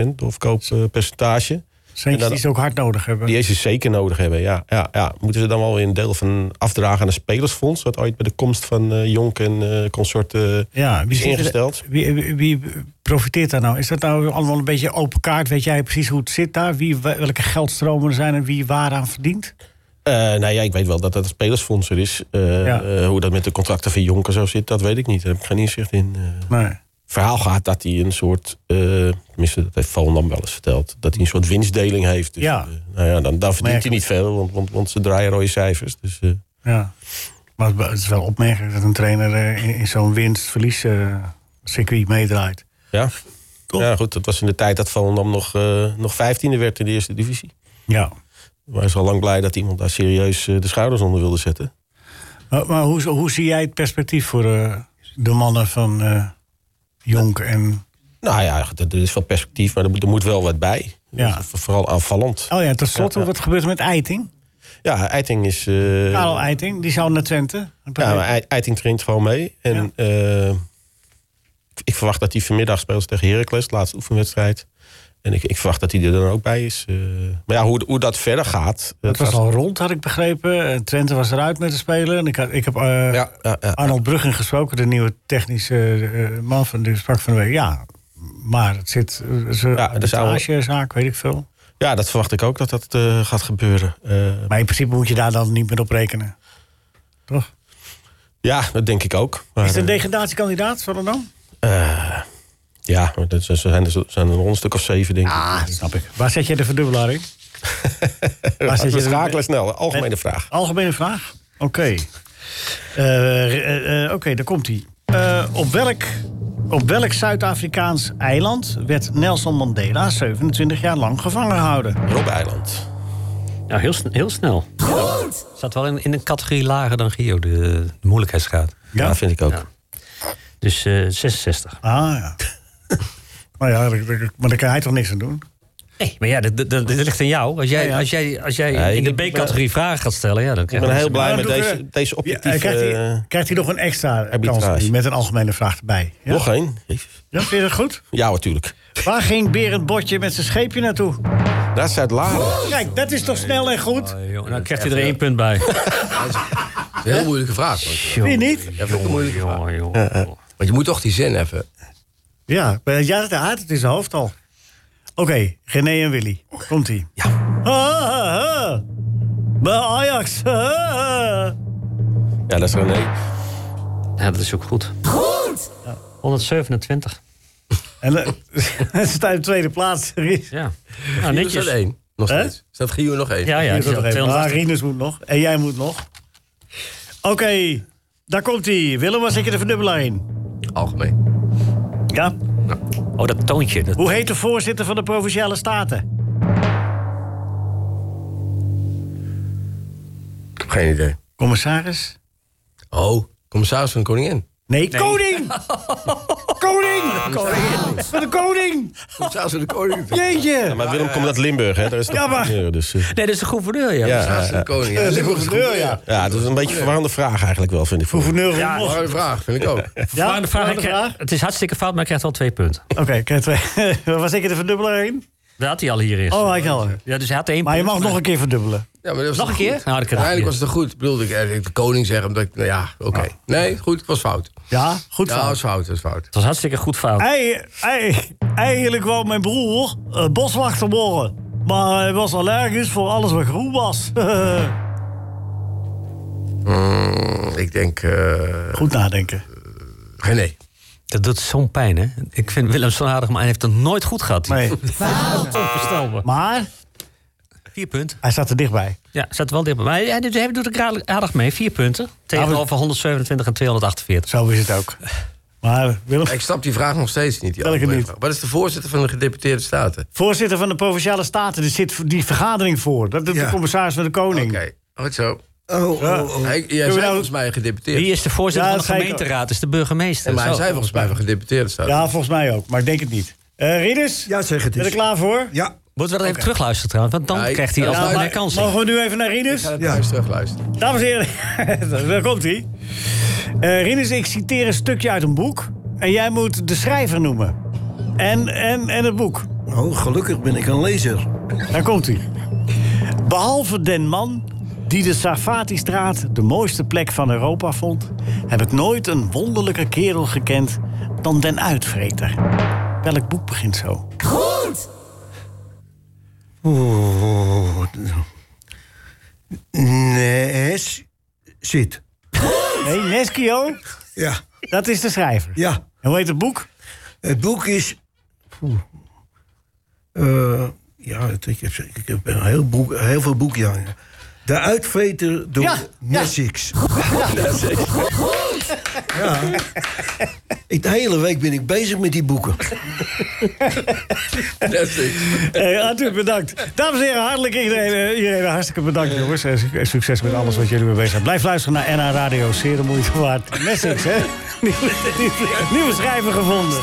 15% doorverkooppercentage. Centjes die ze ook hard nodig hebben. Die ze zeker nodig hebben, ja, ja, ja. Moeten ze dan wel weer een deel van afdragen aan een spelersfonds... wat ooit bij de komst van eh, Jonk en eh consort eh, Ja, wie is zit er- ingesteld? Wie, wie, wie profiteert daar nou? Is dat nou allemaal een beetje open kaart? Weet jij precies hoe het zit daar? Wie, welke geldstromen er zijn en wie waaraan verdient? Eh, nou ja, ik weet wel dat dat een spelersfonds er is. Eh, Ja. eh, hoe dat met de contracten van Jonker zo zit, dat weet ik niet. Daar heb ik geen inzicht in. Eh, Nee. verhaal gaat dat hij een soort... eh, tenminste, dat heeft Volendam wel eens verteld. Dat hij een soort winstdeling heeft. Dus, Ja. eh, nou ja, dan, dan verdient hij Opmerkelijk. niet veel, want, want, want ze draaien rode cijfers. Dus, eh, Ja. Maar het is wel opmerkelijk dat een trainer eh, in, in zo'n winst-verlies eh, circuit meedraait. ja. ja, goed, dat was in de tijd dat Volendam nog, eh nog 15e werd in de eerste divisie. Ja. Maar is al lang blij dat iemand daar serieus eh, de schouders onder wilde zetten. Maar, maar hoe, hoe zie jij het perspectief voor eh, de mannen van eh, Jonk en... Nou ja, goed, er is wel perspectief, maar er moet, er moet wel wat bij. Ja. Vooral aanvallend. Oh ja, tenslotte, Ja, ja. wat gebeurt er met Eiting? Ja, Eiting is... eh, Karel Eiting, die zou naar Twente. Ja, maar Ei- Eiting traint gewoon mee. En eh, ik verwacht dat hij vanmiddag speelt tegen Heracles, de laatste oefenwedstrijd. En ik, ik verwacht dat hij er dan ook bij is. eh. maar ja, hoe, hoe dat verder gaat... Het dat was gaat- al rond, had ik begrepen. Eh, Twente was eruit met de spelen. En ik, had, ik heb eh, Arnold Bruggen gesproken, de nieuwe technische eh, man van de sprak van de week. Ja, maar het zit. eh, Ze, ja, er zou- zaak, weet ik veel. Ja, dat verwacht ik ook dat dat eh, gaat gebeuren. Eh, Maar in principe moet je daar dan niet meer op rekenen. ja, dat denk ik ook. Maar, Is het een eh, degradatiekandidaat, Volendam? eh, ja, maar dat, ze zijn er, zo- zijn er nog een stuk of zeven, denk ik. Ah, snap ik. Waar zet je de verdubbelaar in? [LAUGHS] Waar zet je We de- schakelen snel. Algemene vraag. Algemene vraag? Oké. Eh, eh, eh, Oké, daar komt hij. op welk, op welk Zuid-Afrikaans eiland werd Nelson Mandela 27 jaar lang gevangen gehouden? Rob Eiland. Nou, heel, sn- heel snel. Goed! Zat wel in, in een categorie lager dan Gio, de, de moeilijkheidsgraad. Ja? Ja, vind ik ook. Dus eh, 66. Ah ja. maar ja, daar- daar- maar daar kan hij toch niks aan doen? Nee, maar ja, dat, dat, dat ligt aan jou. Als jij, Ja, ja. Als jij, als jij Ja, in ik de ben- B-categorie vragen gaat stellen, ja, dan dus- Ik ben heel blij met doe ik, deze, eh, deze Ja, objectieve... krijgt, eh, hij, krijgt hij nog een extra kans arbitrage. met een algemene vraag erbij? Ja? Nog één? Jezus. Ja, vind je dat goed? Ja, natuurlijk. Waar ging Berend Botje met zijn scheepje naartoe? Dat is uit Laren. Kijk, dat is toch snel en goed? Dan Ah, nou krijgt hij er één punt [LAUGHS] bij. een heel moeilijke vraag. Vind je niet? Want je moet toch die zin even. Ja, maar ja, dat haat het in zijn hoofd al. Oké, René en Willy. Komt-ie. Ja. Bij Ajax. Ah, ah. Ja, dat is René. Ja, dat is ook goed. Goed! 127. En eh, [LAUGHS] hij staat op tweede plaats. [LAUGHS] Ja. Nou, Gio staat één. Nog steeds. Staat Gio nog één? Ja, ja. Hier is nog even. 280. Ah, Rinus moet nog. En jij moet nog. Oké, daar komt hij. Willem, was ik er de verdubbelaar in? Algemeen. Ja. Oh, dat toontje. Dat... Hoe heet de voorzitter van de Provinciale Staten? Ik heb geen idee. Commissaris? Oh, commissaris van de koningin. Nee, koning! [LAUGHS] koning! Van de koning! Commissaris van de koningin. Ja, Jeetje! maar Willem komt uit Limburg, hè? Daar is toch Ja, maar- meer, dus, eh, Nee, dat is de gouverneur, ja. ja, Commissaris ja, van de ja. koningin. Eh, Dat is de een goede gouverneur, ja. Ja, dat is een beetje een verwarrende vraag eigenlijk wel, vind ik. voor- Gouverneur ja, vraag. Harde vraag, vind ik ook. Ja, Maar de vraag, volgende ik krijg- vraag. Het is hartstikke fout, maar hij krijgt wel twee punten. Oké, ik heb twee. [LAUGHS] was ik er de verdubbelaar in? Dat had hij al hier is. Oh, hij kan wel. Ja, dus hij had één Maar je punt, mag nog een keer verdubbelen. Ja, maar dat was Nog een toch keer? goed? Nou, dat kan Uiteindelijk was niet. het toch goed. Bedoelde ik eigenlijk de koning zeggen. Omdat ik, nou ja, oké. Nee, goed, het was fout. Ja, goed Ja, het van. was fout, het was fout. Het was hartstikke goed fout. Ei- ei- Eigenlijk wou mijn broer eh, boswachter worden. Maar hij was allergisch voor alles wat groen was. [LAUGHS] Mm, ik denk, eh Goed nadenken. René. Dat doet zo'n pijn, hè? Ik vind Willem zo'n aardig, maar hij heeft het nooit goed gehad. Nee. Onvoorstelbaar. Maar Vier punten. hij staat er dichtbij. Ja, zat wel dichtbij. Maar hij, hij doet- hij doet er aardig- aardig mee. Vier punten. Tegenover 127 en 248. Zo is het ook. Maar Willem, Ik snap die vraag nog steeds niet. Die Welke andere niet? vraag. Wat is de voorzitter van de gedeputeerde staten? voorzitter van de Provinciale Staten, er zit die vergadering voor. Dat doet de Ja. commissaris van de Koning. Oké, goed zo. Oh, oh, oh. Hij, jij nou- zei volgens mij gedeputeerd. Wie is de voorzitter Ja, van de dat zei ik gemeenteraad? Dat is de burgemeester. En maar hij Zo. zei volgens mij van gedeputeerde staten. Ja, volgens mij ook, maar ik denk het niet. Eh Rieders, Ja, zeg het ben je er eens. klaar voor? Ja, Moeten we dat even terugluisteren trouwens? Want dan Ja, ik- krijgt hij Ja, alsnog maar- maar een kans. Mogen we nu even naar Rieders? Ik ga het thuis terugluisteren. Dames en heren, [LAUGHS] daar komt hij. Eh Rinus, ik citeer een stukje uit een boek. En jij moet de schrijver noemen. En, en, en het boek. Oh, gelukkig ben ik een lezer. Daar komt hij. Behalve den man die de Safatistraat de mooiste plek van Europa vond, heb ik nooit een wonderlijker kerel gekend dan den uitvreter. Welk boek begint zo? Goed! Oeh. Nes. Zit. Nee, Neskio? Ja. Dat is de schrijver. Ja. En hoe heet het boek? Het boek is. Oeh. Eh, ja, het- ik heb, ik heb een heel, boek, heel veel boeken. Ja. De uitveter door Ja, [LAUGHS] Nessix. Goed! Ja. Ik, de hele week ben ik bezig met die boeken. [LAUGHS] Hey, Arthur, bedankt. Dames en heren, hartelijk iedereen, eh, iedereen hartstikke bedankt, jongens. En suc- Succes met alles wat jullie mee bezig zijn. Blijf luisteren naar NH Radio, zeer de moeite waard. Messings, hè? Nieuwe, nieuwe, nieuwe schrijver gevonden.